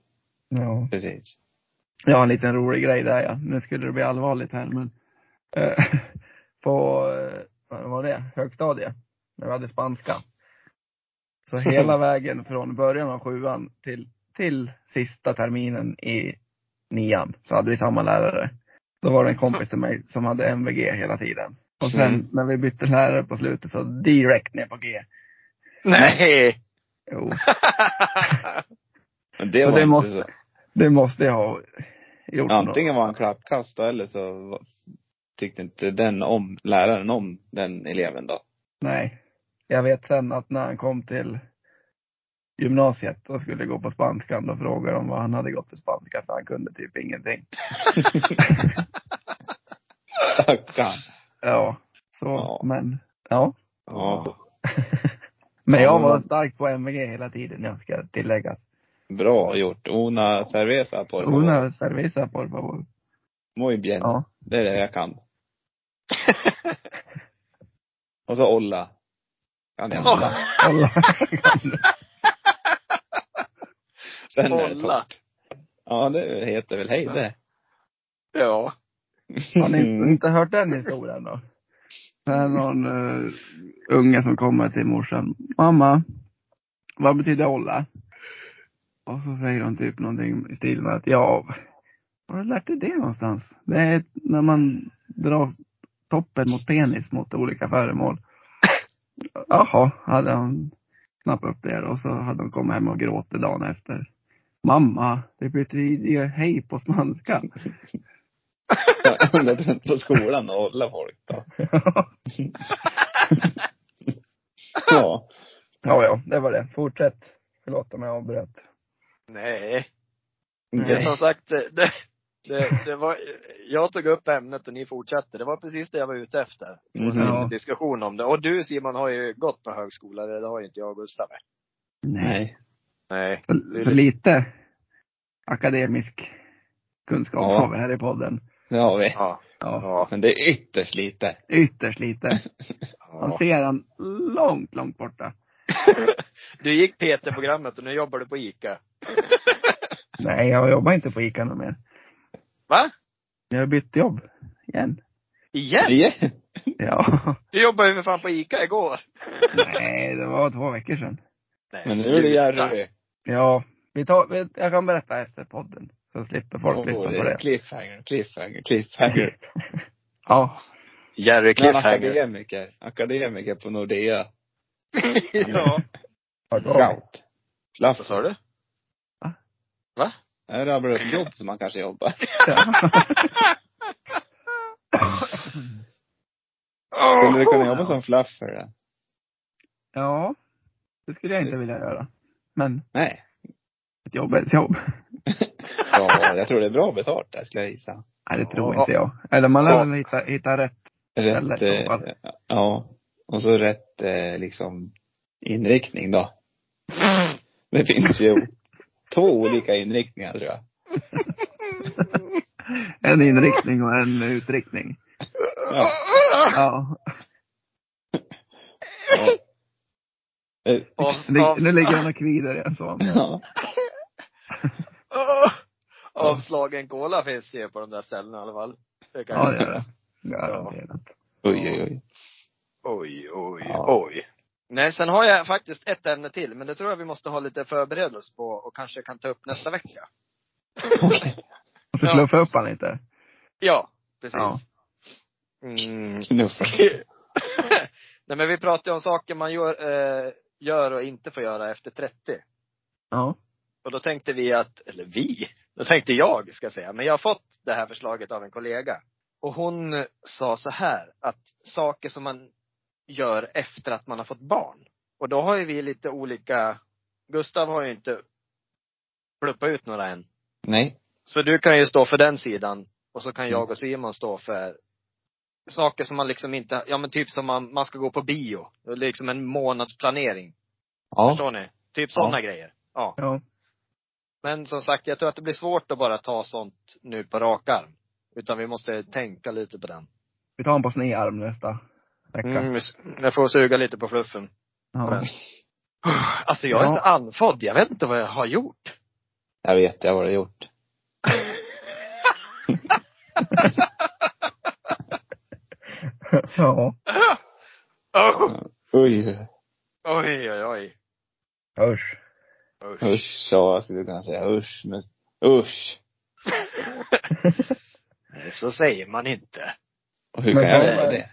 S2: Ja.
S3: Precis.
S2: Jag har en liten rolig grej där ja. Nu skulle det bli allvarligt här men. Eh, på, eh, vad var det, högstadiet, när vi hade spanska. Så hela vägen från början av sjuan till, till sista terminen i nian så hade vi samma lärare. Då var det en kompis till mig som hade MVG hela tiden. Och sen
S3: Mm.
S2: när vi bytte lärare på slutet så direkt ner på G.
S4: Nej!
S2: Jo,
S3: Men det
S2: Och
S3: var
S2: det
S3: inte
S2: måste-
S3: så.
S2: det måste jag ha gjort.
S3: Antingen var han klappkast då, eller så var- tyckte inte den om, läraren om den eleven då.
S2: Nej. Jag vet sen att när han kom till gymnasiet och skulle gå på spanskan, då frågade de vad han hade gått i spanska för han kunde typ ingenting.
S3: Stackarn.
S2: Ja. Så,
S3: Ja.
S2: men, ja.
S3: Ja.
S2: Men
S3: Ja,
S2: jag
S3: men
S2: var
S3: man-
S2: stark på MVG hela tiden, jag ska tillägga.
S3: Bra gjort. Una cerveza på
S2: Una cerveza por favor.
S3: Muy bien.
S2: Ja.
S3: Det är det jag kan. Och så olla. Kan jag.
S4: Åh,
S2: Kolla.
S3: Sen är det
S4: olla.
S3: torrt. Ja, det heter väl hej det.
S4: ja.
S2: Har ni
S3: Mm.
S2: inte- inte hört den historien då? Det är någon eh, unge som kommer till morsan. Mamma, vad betyder olla? Och så säger hon typ någonting i stil med att ja, var har du lärt dig det någonstans? Det är när man drar toppen mot penis mot olika föremål. Jaha, hade han snappat upp det och så hade hon kommit hem och gråtit dagen efter. Mamma, det betyder hej på spanska.
S3: Jag tror inte på skolan och olla folk då. Ja.
S2: Ja, ja, det var det. Fortsätt. Förlåt om jag avbröt.
S4: Nej. Det är
S3: Nej.
S4: som sagt, det, det, det, det var, jag tog upp ämnet och ni fortsatte. Det var precis det jag var ute efter.
S3: Mhm.
S2: Ja.
S4: Diskussion om det. Och du Simon har ju gått på högskola, det har ju inte jag och Gustav.
S3: Nej.
S4: Nej.
S2: För, för lite akademisk kunskap
S3: Ja.
S2: har vi här i podden.
S3: Det har vi.
S4: Ja.
S2: Ja,
S4: Ja.
S3: Men det är ytterst lite.
S2: ytterst lite. Man
S4: ja.
S2: ser han långt, långt borta.
S4: Du gick PT-programmet och nu jobbar du på ICA.
S2: Nej, jag jobbar inte på ICA någon mer.
S4: Va?
S2: Jag har bytt jobb. Igen.
S4: Igen?
S3: Ja.
S2: Ja.
S4: Du jobbade ju för fan på ICA igår.
S2: Nej, det var två veckor sedan.
S4: Nej,
S3: Men nu är det Jerry.
S2: Ja, vi tar, vi, jag kan berätta efter podden. Så slipper folk
S3: Åh,
S2: lyssna
S3: det
S2: på
S3: är
S2: det.
S3: Cliffhanger, cliffhanger, cliffhanger.
S2: Ja.
S4: Jerry
S3: Men
S4: Cliffhanger.
S3: akademiker. Akademiker på Nordea.
S4: ja.
S2: Ja.
S3: Scout. Slaff.
S4: Vad sa du?
S2: Va?
S3: Jag rabblar upp jobb som man kanske jobbar. Skulle du kunna jobba som fluffer? Då?
S2: ja, det skulle jag inte vilja göra. Men
S3: Nej.
S2: ett jobb är ett jobb.
S3: Ja, jag tror det är bra betalt där, skulle jag gissa.
S2: Nej, det tror
S4: Ja.
S2: inte jag. Eller man lär väl hitta, hitta rätt.
S3: Rätt,
S2: Eller i så fall.
S3: eh, ja. Och så rätt, eh, liksom, inriktning då. Det finns ju två olika inriktningar, tror jag.
S2: En inriktning och en utriktning.
S3: Ja.
S2: Ja.
S3: ja. Eh,
S4: Av,
S2: Lig-
S4: av,
S2: Nu ligger han och kvider igen så.
S3: ja.
S4: Åh! Avslagen cola finns det ju på de där ställena i alla fall. Det kan
S2: Ja,
S4: jag-
S2: det gör det. Garanterat.
S3: Oj, oj, oj.
S4: Oj, oj,
S3: Ja.
S4: oj. Nej, sen har jag faktiskt ett ämne till, men det tror jag vi måste ha lite förberedelse på och kanske kan ta upp nästa vecka.
S3: Okej.
S2: Och så
S4: Ja.
S2: fluffa upp han lite.
S4: Ja, precis.
S2: Ja.
S4: Mm.
S3: Knuffar.
S4: Nej, men vi pratar ju om saker man gör, eh, gör och inte får göra efter 30.
S2: Ja.
S4: Och då tänkte vi att, eller vi, då tänkte jag ska jag säga, men jag har fått det här förslaget av en kollega. Och hon sa så här, att saker som man gör efter att man har fått barn. Och då har ju vi lite olika, Gustav har ju inte pluppat ut några än.
S3: Nej.
S4: Så du kan ju stå för den sidan och så kan
S3: Mm.
S4: jag och Simon stå för saker som man liksom inte, ja men typ som man, man ska gå på bio. Det är Liksom en månadsplanering.
S3: Ja.
S4: Förstår ni? Typ sådana
S3: Ja.
S4: grejer. Ja.
S2: Ja.
S4: Men som sagt, jag tror att det blir svårt att bara ta sånt nu på rak arm. Utan vi måste tänka lite på den.
S2: Vi tar honom på snearm nästa vecka.
S4: Mm, jag får suga lite på fluffen.
S2: Ja.
S4: Alltså jag är
S2: Ja.
S4: så andfådd, jag vet inte vad jag har gjort.
S3: Jag vet, jag har det gjort.
S2: ja.
S4: Oh,
S3: Oj.
S4: oj, oj, oj.
S2: Usch.
S4: Usch.
S3: Usch, ja, jag skulle kunna säga. Usch, men usch.
S4: Nej, Så säger man inte.
S3: Och hur
S2: Men
S3: kan jag
S2: vad-
S3: göra det?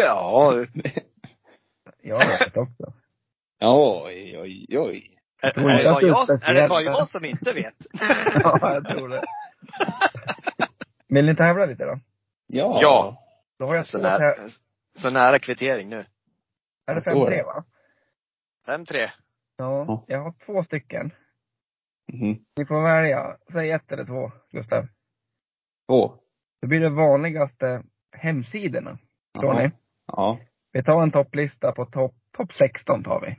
S4: ja.
S2: Jag vet också.
S3: Oj, oj, oj.
S4: Är,
S2: tror inte
S4: är, det
S2: att
S4: bara
S2: du är
S4: jag, är det
S2: speciell.
S4: bara jag som inte vet?
S2: ja, jag tror det. Vill ni tävla lite då?
S3: Ja.
S4: Ja.
S2: Då har jag
S4: Så
S2: två täv-
S4: nära, så nära kvittering nu.
S2: Är det
S3: Vad står
S2: fem tre
S3: det?
S2: va?
S4: 5-3.
S2: Ja.
S3: Ja.
S2: Jag har två stycken.
S3: Mhm.
S2: Ni får välja. Säg ett eller två, Gustav.
S3: Två.
S2: Då blir det vanligaste hemsidorna. Förstår
S3: Ja.
S2: ni?
S3: Ja.
S2: Vi tar en topplista på topp top 16 tar vi.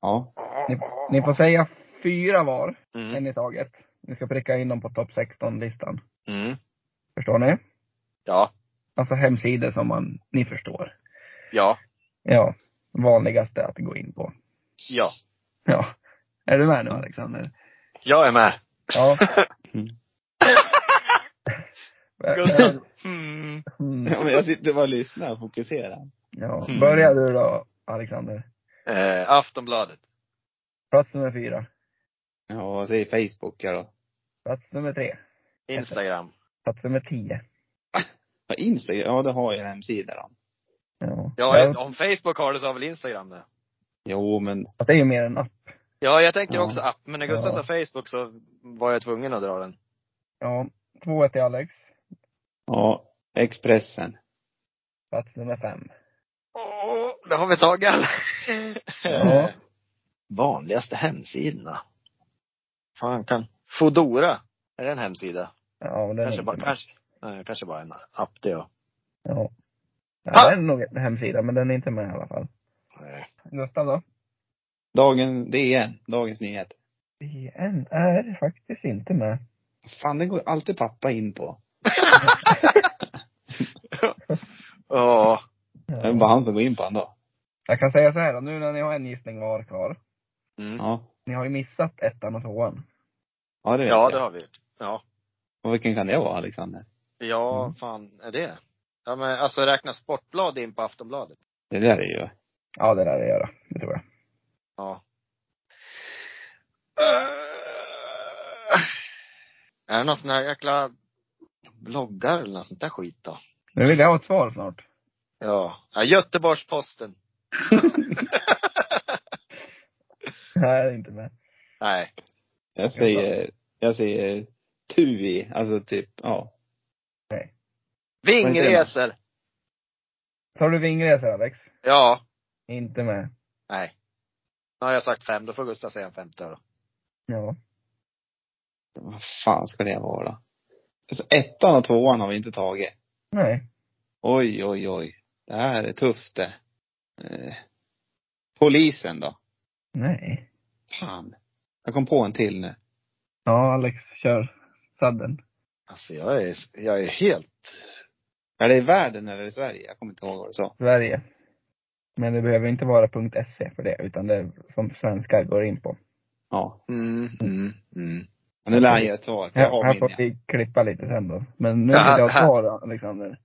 S3: Ja.
S2: Ni, ni får säga fyra var,
S4: Mm.
S2: en i taget. Ni ska pricka in dem på topp 16-listan.
S4: Mm.
S2: Förstår ni?
S4: Ja.
S2: Alltså hemsidor som man, ni förstår.
S4: Ja.
S2: Ja. Vanligaste att gå in på.
S4: Ja.
S2: Ja. Är du med nu Alexander?
S4: Jag är med.
S2: Ja.
S3: Mm.
S4: Gustav. Mm.
S2: Mm.
S3: ja men jag sitter bara och lyssnar och fokuserar.
S2: Ja.
S4: Mm.
S2: Börja du då Alexander.
S4: Eh, Aftonbladet.
S2: Plats nummer fyra.
S3: Ja, vad säger Facebook här då?
S2: Plats nummer tre.
S4: Instagram.
S2: Plats nummer tio.
S3: Ja, Instagram, ja det har ju en hemsida då.
S2: Ja.
S4: Ja, om Facebook har det så har väl Instagram det.
S3: Jo, men
S2: Att det är ju mer en app.
S4: Ja, jag tänker
S3: Ja.
S4: också app. Men när Gustav
S2: Ja.
S4: sa Facebook så var jag tvungen att dra den.
S2: Ja. Två till Alex.
S3: ja, Expressen.
S2: Plats nummer fem.
S4: Åh, det har vi tagit alla.
S2: Ja.
S4: Vanligaste hemsidorna. Fan kan. Fodora. Är det en hemsida?
S2: Ja, men den är
S4: Kanske
S2: inte
S4: bara,
S2: med.
S4: kanske, nej, kanske bara en app det ja.
S2: Ja.
S4: Ah!
S2: Ja, det är nog en hemsida, men den är inte med i alla fall.
S4: Nej.
S2: Gustav då?
S3: Dagen, DN, Dagens Nyheter.
S2: DN är faktiskt inte med.
S3: Fan, det går alltid pappa in på.
S4: Ja.
S3: Det är bara han som går in på han då.
S2: Jag kan säga så här då, nu när ni har en gissning var kvar.
S4: Mm.
S3: Ja.
S2: Ni har ju missat ettan och tvåan.
S3: Ja, det vet
S4: Ja,
S3: jag.
S4: det har vi. Ja.
S3: Och vilken kan det vara, Alexander?
S4: Ja,
S2: Mm.
S4: fan är det? Ja men alltså räknas Sportblad in på Aftonbladet?
S3: Det där är ju...
S2: Ja, det lär det göra. Det tror jag.
S4: Ja. Är det någon sån här jäkla bloggar eller något sånt där skit då?
S2: Nu vill jag ha ett svar snart.
S4: Ja. ja Göteborgs-Posten.
S2: Nej, det är inte med.
S4: Nej.
S3: Jag säger Jag säger TUI, alltså typ, ja.
S4: Vingresor!
S2: Tar du vingresor Alex?
S4: Ja.
S2: Inte med.
S4: Nej. Nu har jag sagt fem, då får Gustav säga en femte då.
S2: Ja.
S3: Vad fan ska det vara? Alltså ettan och tvåan har vi inte tagit.
S2: Nej.
S3: Oj, oj, oj. Det här är tufft det. Eh, polisen då?
S2: Nej.
S3: Fan. Jag kom på en till nu.
S2: Ja, Alex kör sadden.
S4: Alltså jag är, jag är helt...
S3: Är det i världen eller i Sverige? Jag kommer inte ihåg vad du sa.
S2: Sverige. Men det behöver inte vara .se för det, utan det är som svenskar går in på.
S3: Ja.
S4: Mm, mm, mm.
S3: Men nu lär jag ge ett svar. Jag
S2: Ja,
S3: har
S2: här
S3: min
S2: får
S3: ja.
S2: vi klippa lite sen då. Men nu
S4: Ja,
S2: är det jag
S4: här-
S2: kvar Alexander.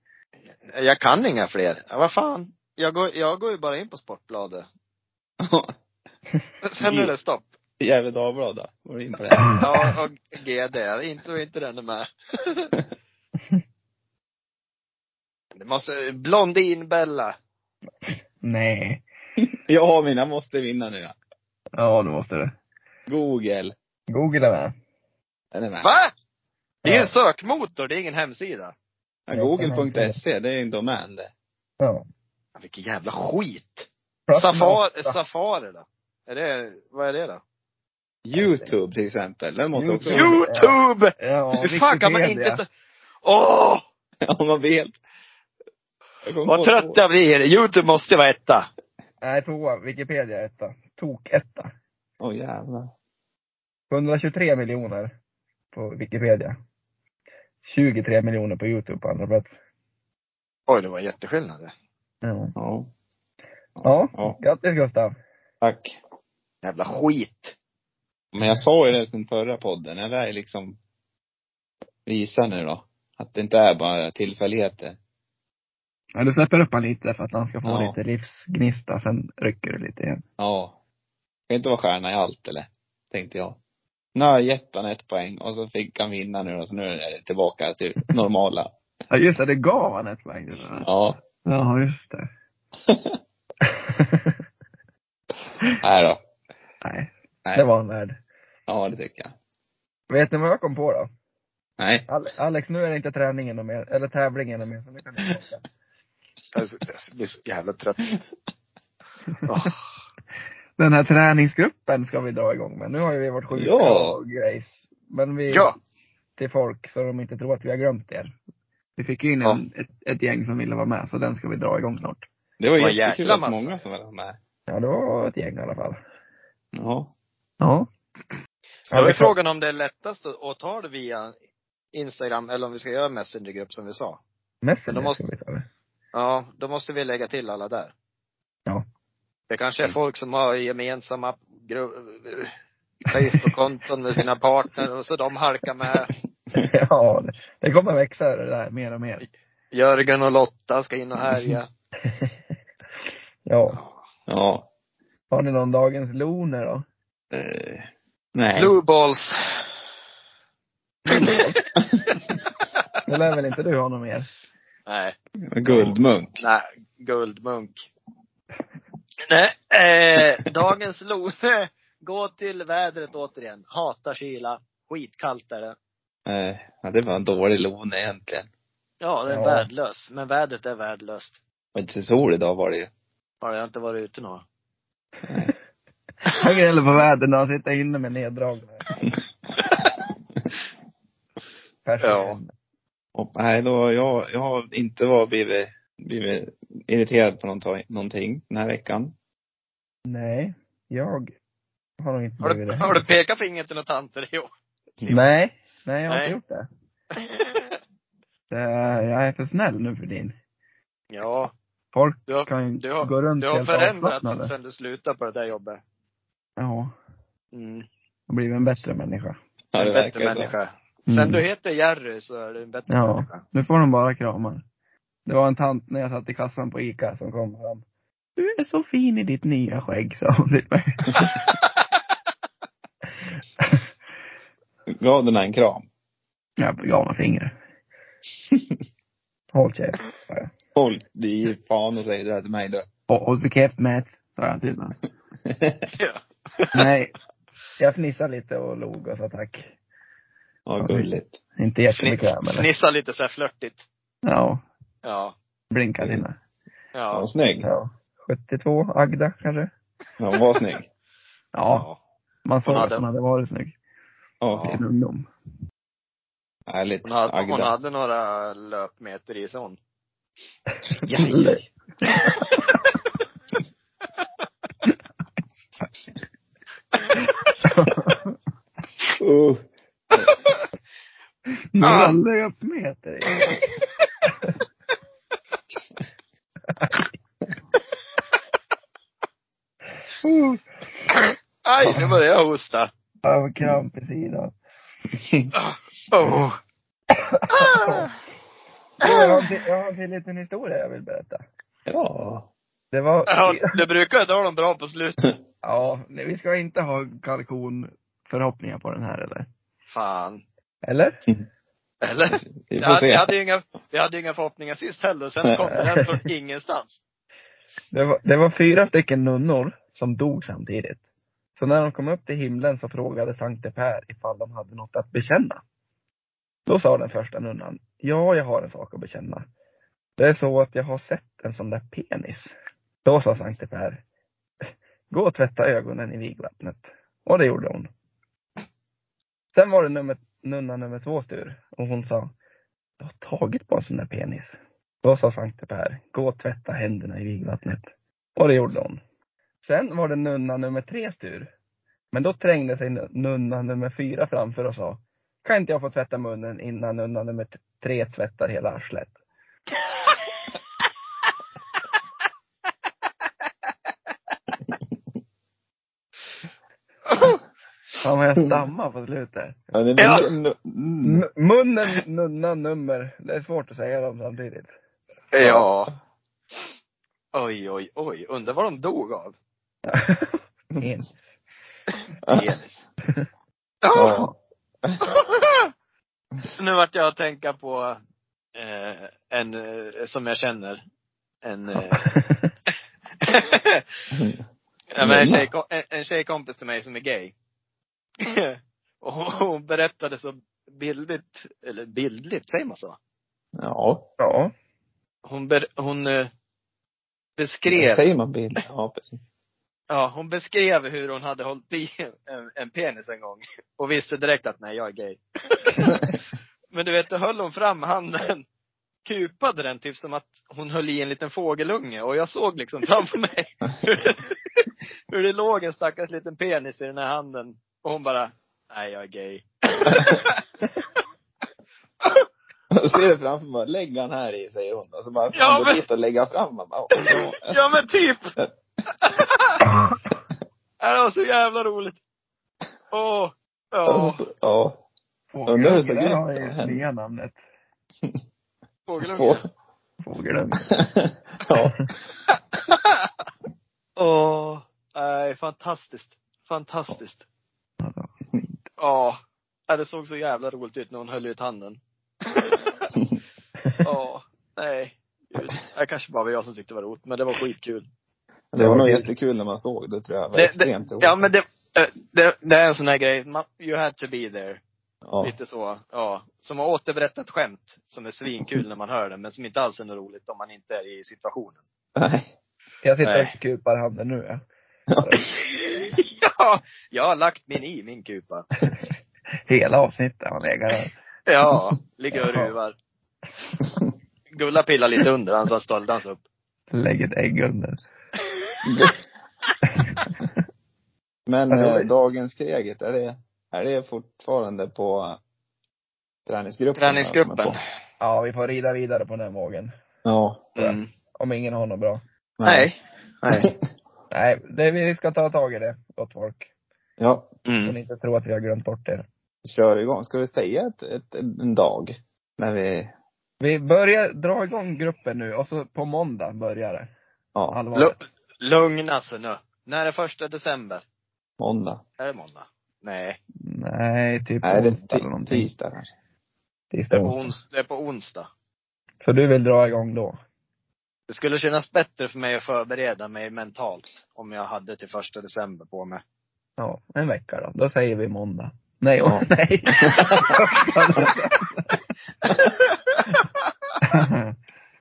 S4: Jag kan inga fler. Ja, vad fan. Jag går, jag går ju bara in på Sportbladet. Sen är det stopp.
S3: Gefle Dagblad då? Var du in på det? här?
S4: Ja, och GD. Inte, och inte den är med. Det måste, Blondinbella.
S2: Nej.
S3: Jag har mina, måste vinna nu ja.
S2: Ja, nu måste det.
S3: Google.
S2: Google är med.
S3: Den är med.
S4: Va? Det är ju
S2: Ja.
S4: en sökmotor, det är ingen hemsida.
S3: Ja, Google.se, E, det är ju en domän det.
S2: Ja.
S4: Ja, Vilken jävla skit.
S2: Plats
S4: Safari,
S2: nummer åtta.
S4: safari då? Är det, vad är det då?
S3: Youtube till exempel. Den måste också
S2: YouTube.
S4: Youtube!
S2: Ja,
S4: Hur fan kan man
S2: Wikipedia.
S4: inte ta... Åh!
S3: Om man vill. Jag kommer
S4: Vad
S3: på-
S4: trött jag blir. Youtube måste vara etta.
S2: Nej, tvåa. Wikipedia etta. Tok etta.
S3: Åh jävlar.
S2: 123 miljoner på Wikipedia. 23 miljoner på Youtube på andra plats.
S4: Oj, det var en jätteskillnad.
S2: Ja.
S3: Ja.
S2: Ja.
S3: Ja,
S2: Grattis Gustav.
S3: tack.
S4: Jävla skit.
S3: Men jag sa ju det sen förra podden. Jag lär ju liksom visa nu då. Att det inte är bara tillfälligheter.
S2: Ja, du släpper upp han lite för att han ska få
S3: Ja.
S2: lite livsgnista, sen rycker du lite igen.
S3: Ja. Kan inte vara stjärna i allt eller? Tänkte jag. Nu har jag gett han ett poäng och så fick han vinna nu då, så nu är det tillbaka till normala.
S2: Ja just det, det gav han ett poäng. till den här.
S3: Ja.
S2: Ja, just det.
S3: Här då.
S2: Nej,
S3: Nej.
S2: det var han värd.
S3: Ja, det tycker jag.
S2: Vet ni vad jag kom på då?
S3: Nej.
S2: Ale- Alex, nu är det inte träningen och mer, eller tävlingen och mer, så nu kan du åka.
S4: Jag blir så jävla trött.
S2: Den här träningsgruppen ska vi dra igång med. Nu har ju vi varit sjuka
S3: Ja.
S2: och grejs. Men vi,
S4: Ja.
S2: till folk så de inte tror att vi har glömt er. Vi fick ju in
S4: Ja.
S2: en, ett, ett gäng som ville vara med, så den ska vi dra igång snart.
S3: Det var
S4: Vad
S3: jättekul
S4: jäkla
S3: att
S4: massa.
S3: många som var med.
S2: Ja, det var ett gäng i alla fall.
S3: Ja.
S2: Ja.
S4: Då
S2: vi
S4: är
S2: får-
S4: frågan om det är lättast att att ta det via Instagram eller om vi ska göra Messengergrupp som vi sa.
S2: Messenger
S4: Då måste-
S2: ska vi ta det.
S4: Ja, då måste vi lägga till alla där.
S2: Ja.
S4: Det kanske är folk som har gemensamma gru- Facebook-konton med sina partner och så de halkar med.
S2: ja, det, det kommer växa det där mer och mer.
S4: Jörgen och Lotta ska in och härja.
S2: Ja.
S3: Ja.
S2: Har ni någon dagens loner då?
S3: Eh, nej.
S4: Blue balls.
S2: Det lär väl inte du ha någon mer?
S4: Nej,
S3: Guldmunk.
S4: nej, guldmunk. Nej, eh, dagens lone. Gå till vädret återigen. Hatar kyla. Skitkallt är det.
S3: Eh, ja, det var en dålig lon egentligen.
S4: Ja, det är
S2: Ja.
S4: värdelös. Men vädret är värdelöst.
S3: Och inte så sol idag var det ju.
S4: Har jag inte varit ute några.
S2: Han gnäller på vädret när han sitter inne med neddragna. Perfekt.
S4: Ja.
S3: Och, nej, då, jag, jag har inte var blivit, blivit irriterad på någonting, någonting den här veckan.
S2: Nej, jag har nog inte
S4: Har du,
S2: blivit det.
S4: har du pekat fingret till några tanter i år?
S2: Nej, nej jag har
S4: Nej.
S2: inte gjort det. det. är- Jag är för snäll nu för din.
S4: Ja.
S2: Folk
S4: Du har,
S2: kan ju
S4: du har,
S2: gå runt
S4: du har
S2: helt
S4: förändrats
S2: avslappnade.
S4: sen du slutade på det där jobbet.
S2: Ja,
S4: Mm.
S2: jag har blivit en bättre människa.
S3: Ja, det
S4: en bättre
S3: verkar så.
S4: människa.
S2: Mm.
S4: Sen du heter Jerry så är du en bättre
S2: Ja.
S4: människa.
S2: Nu får de bara kramar. Det var en tant när jag satt i kassan på ICA som kom fram. Du är så fin i ditt nya skägg, sa hon till mig.
S3: Gav den här en kram?
S2: Jag gav mig fingret. Håll käft, sa jag.
S3: Håll i fan och säger det där till mig då.
S2: Och, och så käft Mats, sa jag till honom.
S4: Ja.
S2: Nej. Jag fnissade lite och log och sa tack.
S3: Ja, gulligt.
S2: Inte jättebekväm
S4: Fniss-
S2: eller?
S4: Fnissa lite så här flörtigt.
S2: Ja.
S4: Ja.
S2: Blinka dina.
S3: Ja,
S4: Ja.
S3: vad snygg.
S2: Ja. 72, Agda kanske?
S3: Ja, hon var snygg.
S2: Ja. Man såg
S4: Hon
S2: att
S4: hade-
S2: hon hade varit snygg.
S3: Ja,
S2: I sin ungdom.
S3: härligt.
S4: Hon, hade, hon
S3: Agda.
S4: hade några löpmeter i sig hon.
S3: Jajamän. Uh,
S2: Några löpmeter. Oh,
S4: Aj, nu börjar jag hosta.
S2: jag har kramp i sidan.
S4: Oh. Ah.
S2: Jo, Jag har, en till, jag har en till liten historia jag vill berätta.
S3: ja.
S2: Det var...
S4: Ja, det brukar jag dra dem bra på slutet.
S2: Ja, nej, vi ska inte ha kalkonförhoppningar på den här eller?
S4: Fan.
S2: Eller?
S4: Eller?
S3: Vi
S4: Vi
S3: får
S4: hade, vi
S3: se.
S4: hade ju inga, vi hade ju inga förhoppningar sist heller, sen kom den från ingenstans.
S2: Det var, det var fyra stycken nunnor som dog samtidigt. Så när de kom upp till himlen så frågade Sankte Per ifall de hade något att bekänna. Då sa den första nunnan, ja jag har en sak att bekänna. Det är så att jag har sett en sån där penis. Då sa Sankte Per, gå och tvätta ögonen i vigvattnet. Och det gjorde hon. Sen var det nummer, nunna nummer tvås tur och hon sa, jag har tagit på en sån där penis. Då sa Sankte Per, gå och tvätta händerna i vigvattnet. Och det gjorde hon. Sen var det nunna nummer tre tur. Men då trängde sig nu- nunna nummer fyra framför och sa, kan inte jag få tvätta munnen innan nunna nummer t- tre tvättar hela arslet? Ja, men jag stammar på slutet.
S3: Ja, det-
S4: Ja.
S3: nu- nu-
S2: N- munnen, nunna, nummer. Det är svårt att säga dem samtidigt.
S4: Ja. Oj, oj, oj. Undrar vad de dog av.
S2: En.
S4: Penis. Ah.
S3: Ja.
S4: Nu vart jag att tänka på eh, en, eh, som jag känner. En, eh, ja, men en, tjej, en, en tjejkompis till mig som är gay. Och hon, hon berättade så bildligt, eller bildligt, säger man så?
S3: Ja.
S2: Ja.
S4: Hon, ber, hon eh, beskrev
S3: Säger man bild? Ja, precis.
S4: Ja, hon beskrev hur hon hade hållit i en, en penis en gång. Och visste direkt att nej, jag är gay. Men du vet, då höll hon fram handen. Kupade den typ som att hon höll i en liten fågelunge. Och jag såg liksom framför mig hur, hur det låg en stackars liten penis i den här handen. Och hon bara, nej jag är gay.
S3: Jag ser det framför mig. Lägg han här i, säger hon. Och så bara,
S4: Ja,
S3: han går
S4: men-
S3: dit och lägger fram. Man bara, "Åh, åh."
S4: Ja men typ! Det var så jävla roligt. Åh. Ja,
S3: ja. Undrar hur det såg
S2: Fågelunge, det
S3: ut
S2: har
S3: på
S2: ju
S3: henne.
S2: nya namnet.
S3: Få-
S4: fågelunge.
S2: Fågelunge.
S3: ja.
S4: Åh, nej, fantastiskt. Fantastiskt.
S2: Alltså,
S4: Ja. Nej, det såg så jävla roligt ut när hon höll ut handen. Ja, nej. Gud. Det kanske bara var jag som tyckte det var roligt, men det var skitkul.
S3: Det var nog jättekul när man såg det tror jag.
S4: Det-
S3: Det, var
S4: det-
S3: extremt roligt.
S4: Ja, men det, eh, det, det är en sån här grej, man, you had to be there.
S3: ja.
S4: Lite så, ja. Som har återberättat skämt, som är svinkul när man hör det, men som inte alls är något roligt om man inte är i situationen.
S3: Nej.
S2: Jag sitter
S4: Nej.
S2: och kupar handen nu. Ja.
S4: ja, jag har lagt min i min kupa.
S2: Hela avsnittet har legat där.
S4: Ja, ligger och ruvar. Gulla pillar lite under han så han ställde han sig upp.
S2: Lägg ett ägg under.
S3: Men
S2: Ja, det var-
S3: eh, dagens kreget, är det, är det fortfarande på eh, träningsgruppen?
S4: Träningsgruppen.
S2: Ja, vi får rida vidare på den vågen.
S3: Ja.
S4: Mm.
S2: Om ingen har något bra.
S4: Nej. Nej.
S2: Nej, det, vi ska ta tag i det, gott folk.
S3: Ja.
S2: Så
S4: Mm.
S2: ni inte tror att vi har glömt bort er.
S3: Kör igång. Ska vi säga ett, ett, en dag? När vi,
S2: Vi börjar dra igång gruppen nu och så på måndag börjar det.
S3: ja,
S2: Allvarligt.
S4: Lu- Lugna sig nu. När är första december?
S3: måndag.
S4: Är det måndag? Nej.
S2: Nej, typ
S3: Nej, det
S2: onsdag eller
S3: är ti-
S2: någonting.
S3: tisdag kanske.
S2: Tisdag.
S4: Det är, på ons- det är på onsdag.
S2: Så du vill dra igång då?
S4: Det skulle kännas bättre för mig att förbereda mig mentalt om jag hade till första december på mig.
S2: Ja, en vecka då. Då säger vi måndag. Nej, åh,
S3: Ja.
S2: nej.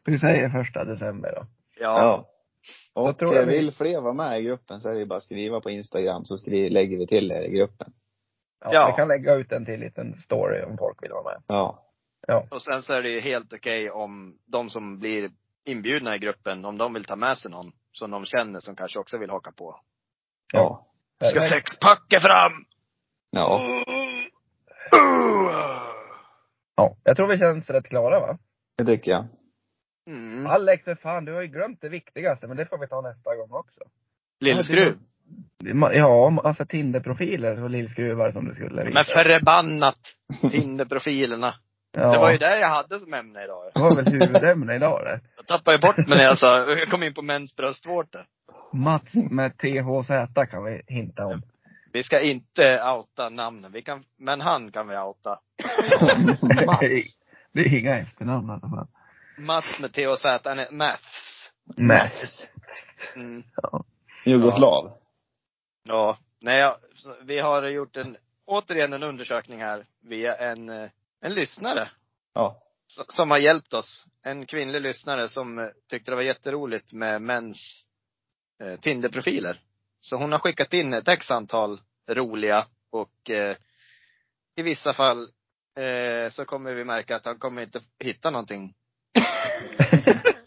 S2: Vi säger första december då.
S4: Ja.
S3: Ja. Och
S2: Vad tror du?
S3: vill fler vara med i gruppen så är det ju bara att skriva på Instagram så skri, lägger vi till er i gruppen.
S2: Ja,
S4: Ja.
S2: Vi kan lägga ut en till liten story om folk vill vara med.
S3: Ja.
S4: Och sen så är det ju helt okej om de som blir inbjudna i gruppen, om de vill ta med sig någon som de känner som kanske också vill haka på.
S3: Ja.
S4: Ska sexpacka fram!
S3: Ja.
S2: Ja, jag tror vi känns rätt klara va?
S3: Det tycker jag.
S4: Mm.
S2: Alex, för fan, du har ju glömt det viktigaste, men det får vi ta nästa gång också.
S4: Lillskruv.
S2: Det är ma- Ja, alltså Tinderprofiler och lillskruvar som du skulle visa.
S4: Men förbannat! Tinderprofilerna.
S2: ja,
S4: Det var ju det jag hade som ämne idag.
S2: det var väl huvudämne idag det.
S4: Jag tappade ju bort mig när jag sa, jag kom in på mäns bröstvårtor.
S2: Mats med THZ kan vi hinta om.
S4: Vi ska inte outa namnen. Vi kan, men han kan vi outa.
S3: Mats.
S2: Det är inga efternamn i alla fall.
S4: Mats med THZ, han är Mats.
S2: Nej.
S4: Mm.
S3: Jugoslav.
S4: Ja. Nej, jag, så vi har gjort en, återigen en undersökning här via en, eh, en lyssnare
S3: Ja.
S4: s- som har hjälpt oss. En kvinnlig lyssnare som eh, tyckte det var jätteroligt med mäns eh, Tinderprofiler. Så hon har skickat in ett x antal roliga och eh, i vissa fall eh, så kommer vi märka att han kommer inte hitta någonting.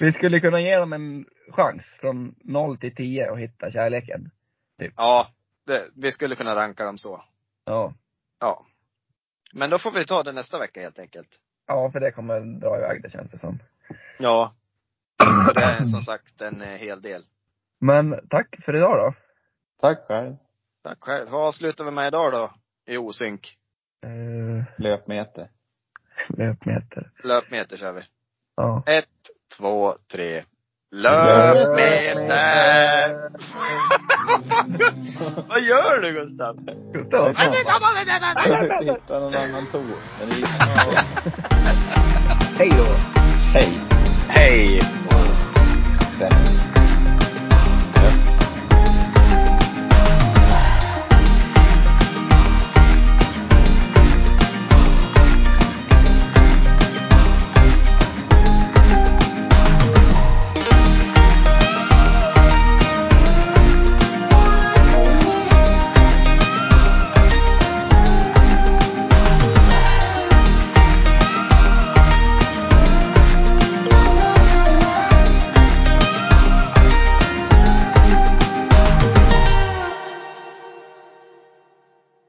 S2: Vi skulle kunna ge dem en chans från 0 till 10 och hitta kärleken.
S4: Ja, det, vi skulle kunna ranka dem så.
S2: Ja.
S4: Ja. Men då får vi ta det nästa vecka helt enkelt.
S2: Ja, för det kommer dra iväg det känns det som.
S4: Ja. För det är som sagt en eh, hel del.
S2: Men tack för idag då.
S3: Tack själv.
S4: Tack själv. Vad avslutar vi med idag då? I osynk.
S2: Uh,
S3: Löpmeter.
S2: löpmeter.
S4: Löpmeter kör vi.
S2: Ja.
S4: Ett, två, tre. Löpmeter! Vad gör du Gustav?
S2: Gustav,
S3: Hitta någon annan ton. Men det är-
S2: hej då.
S3: Hej.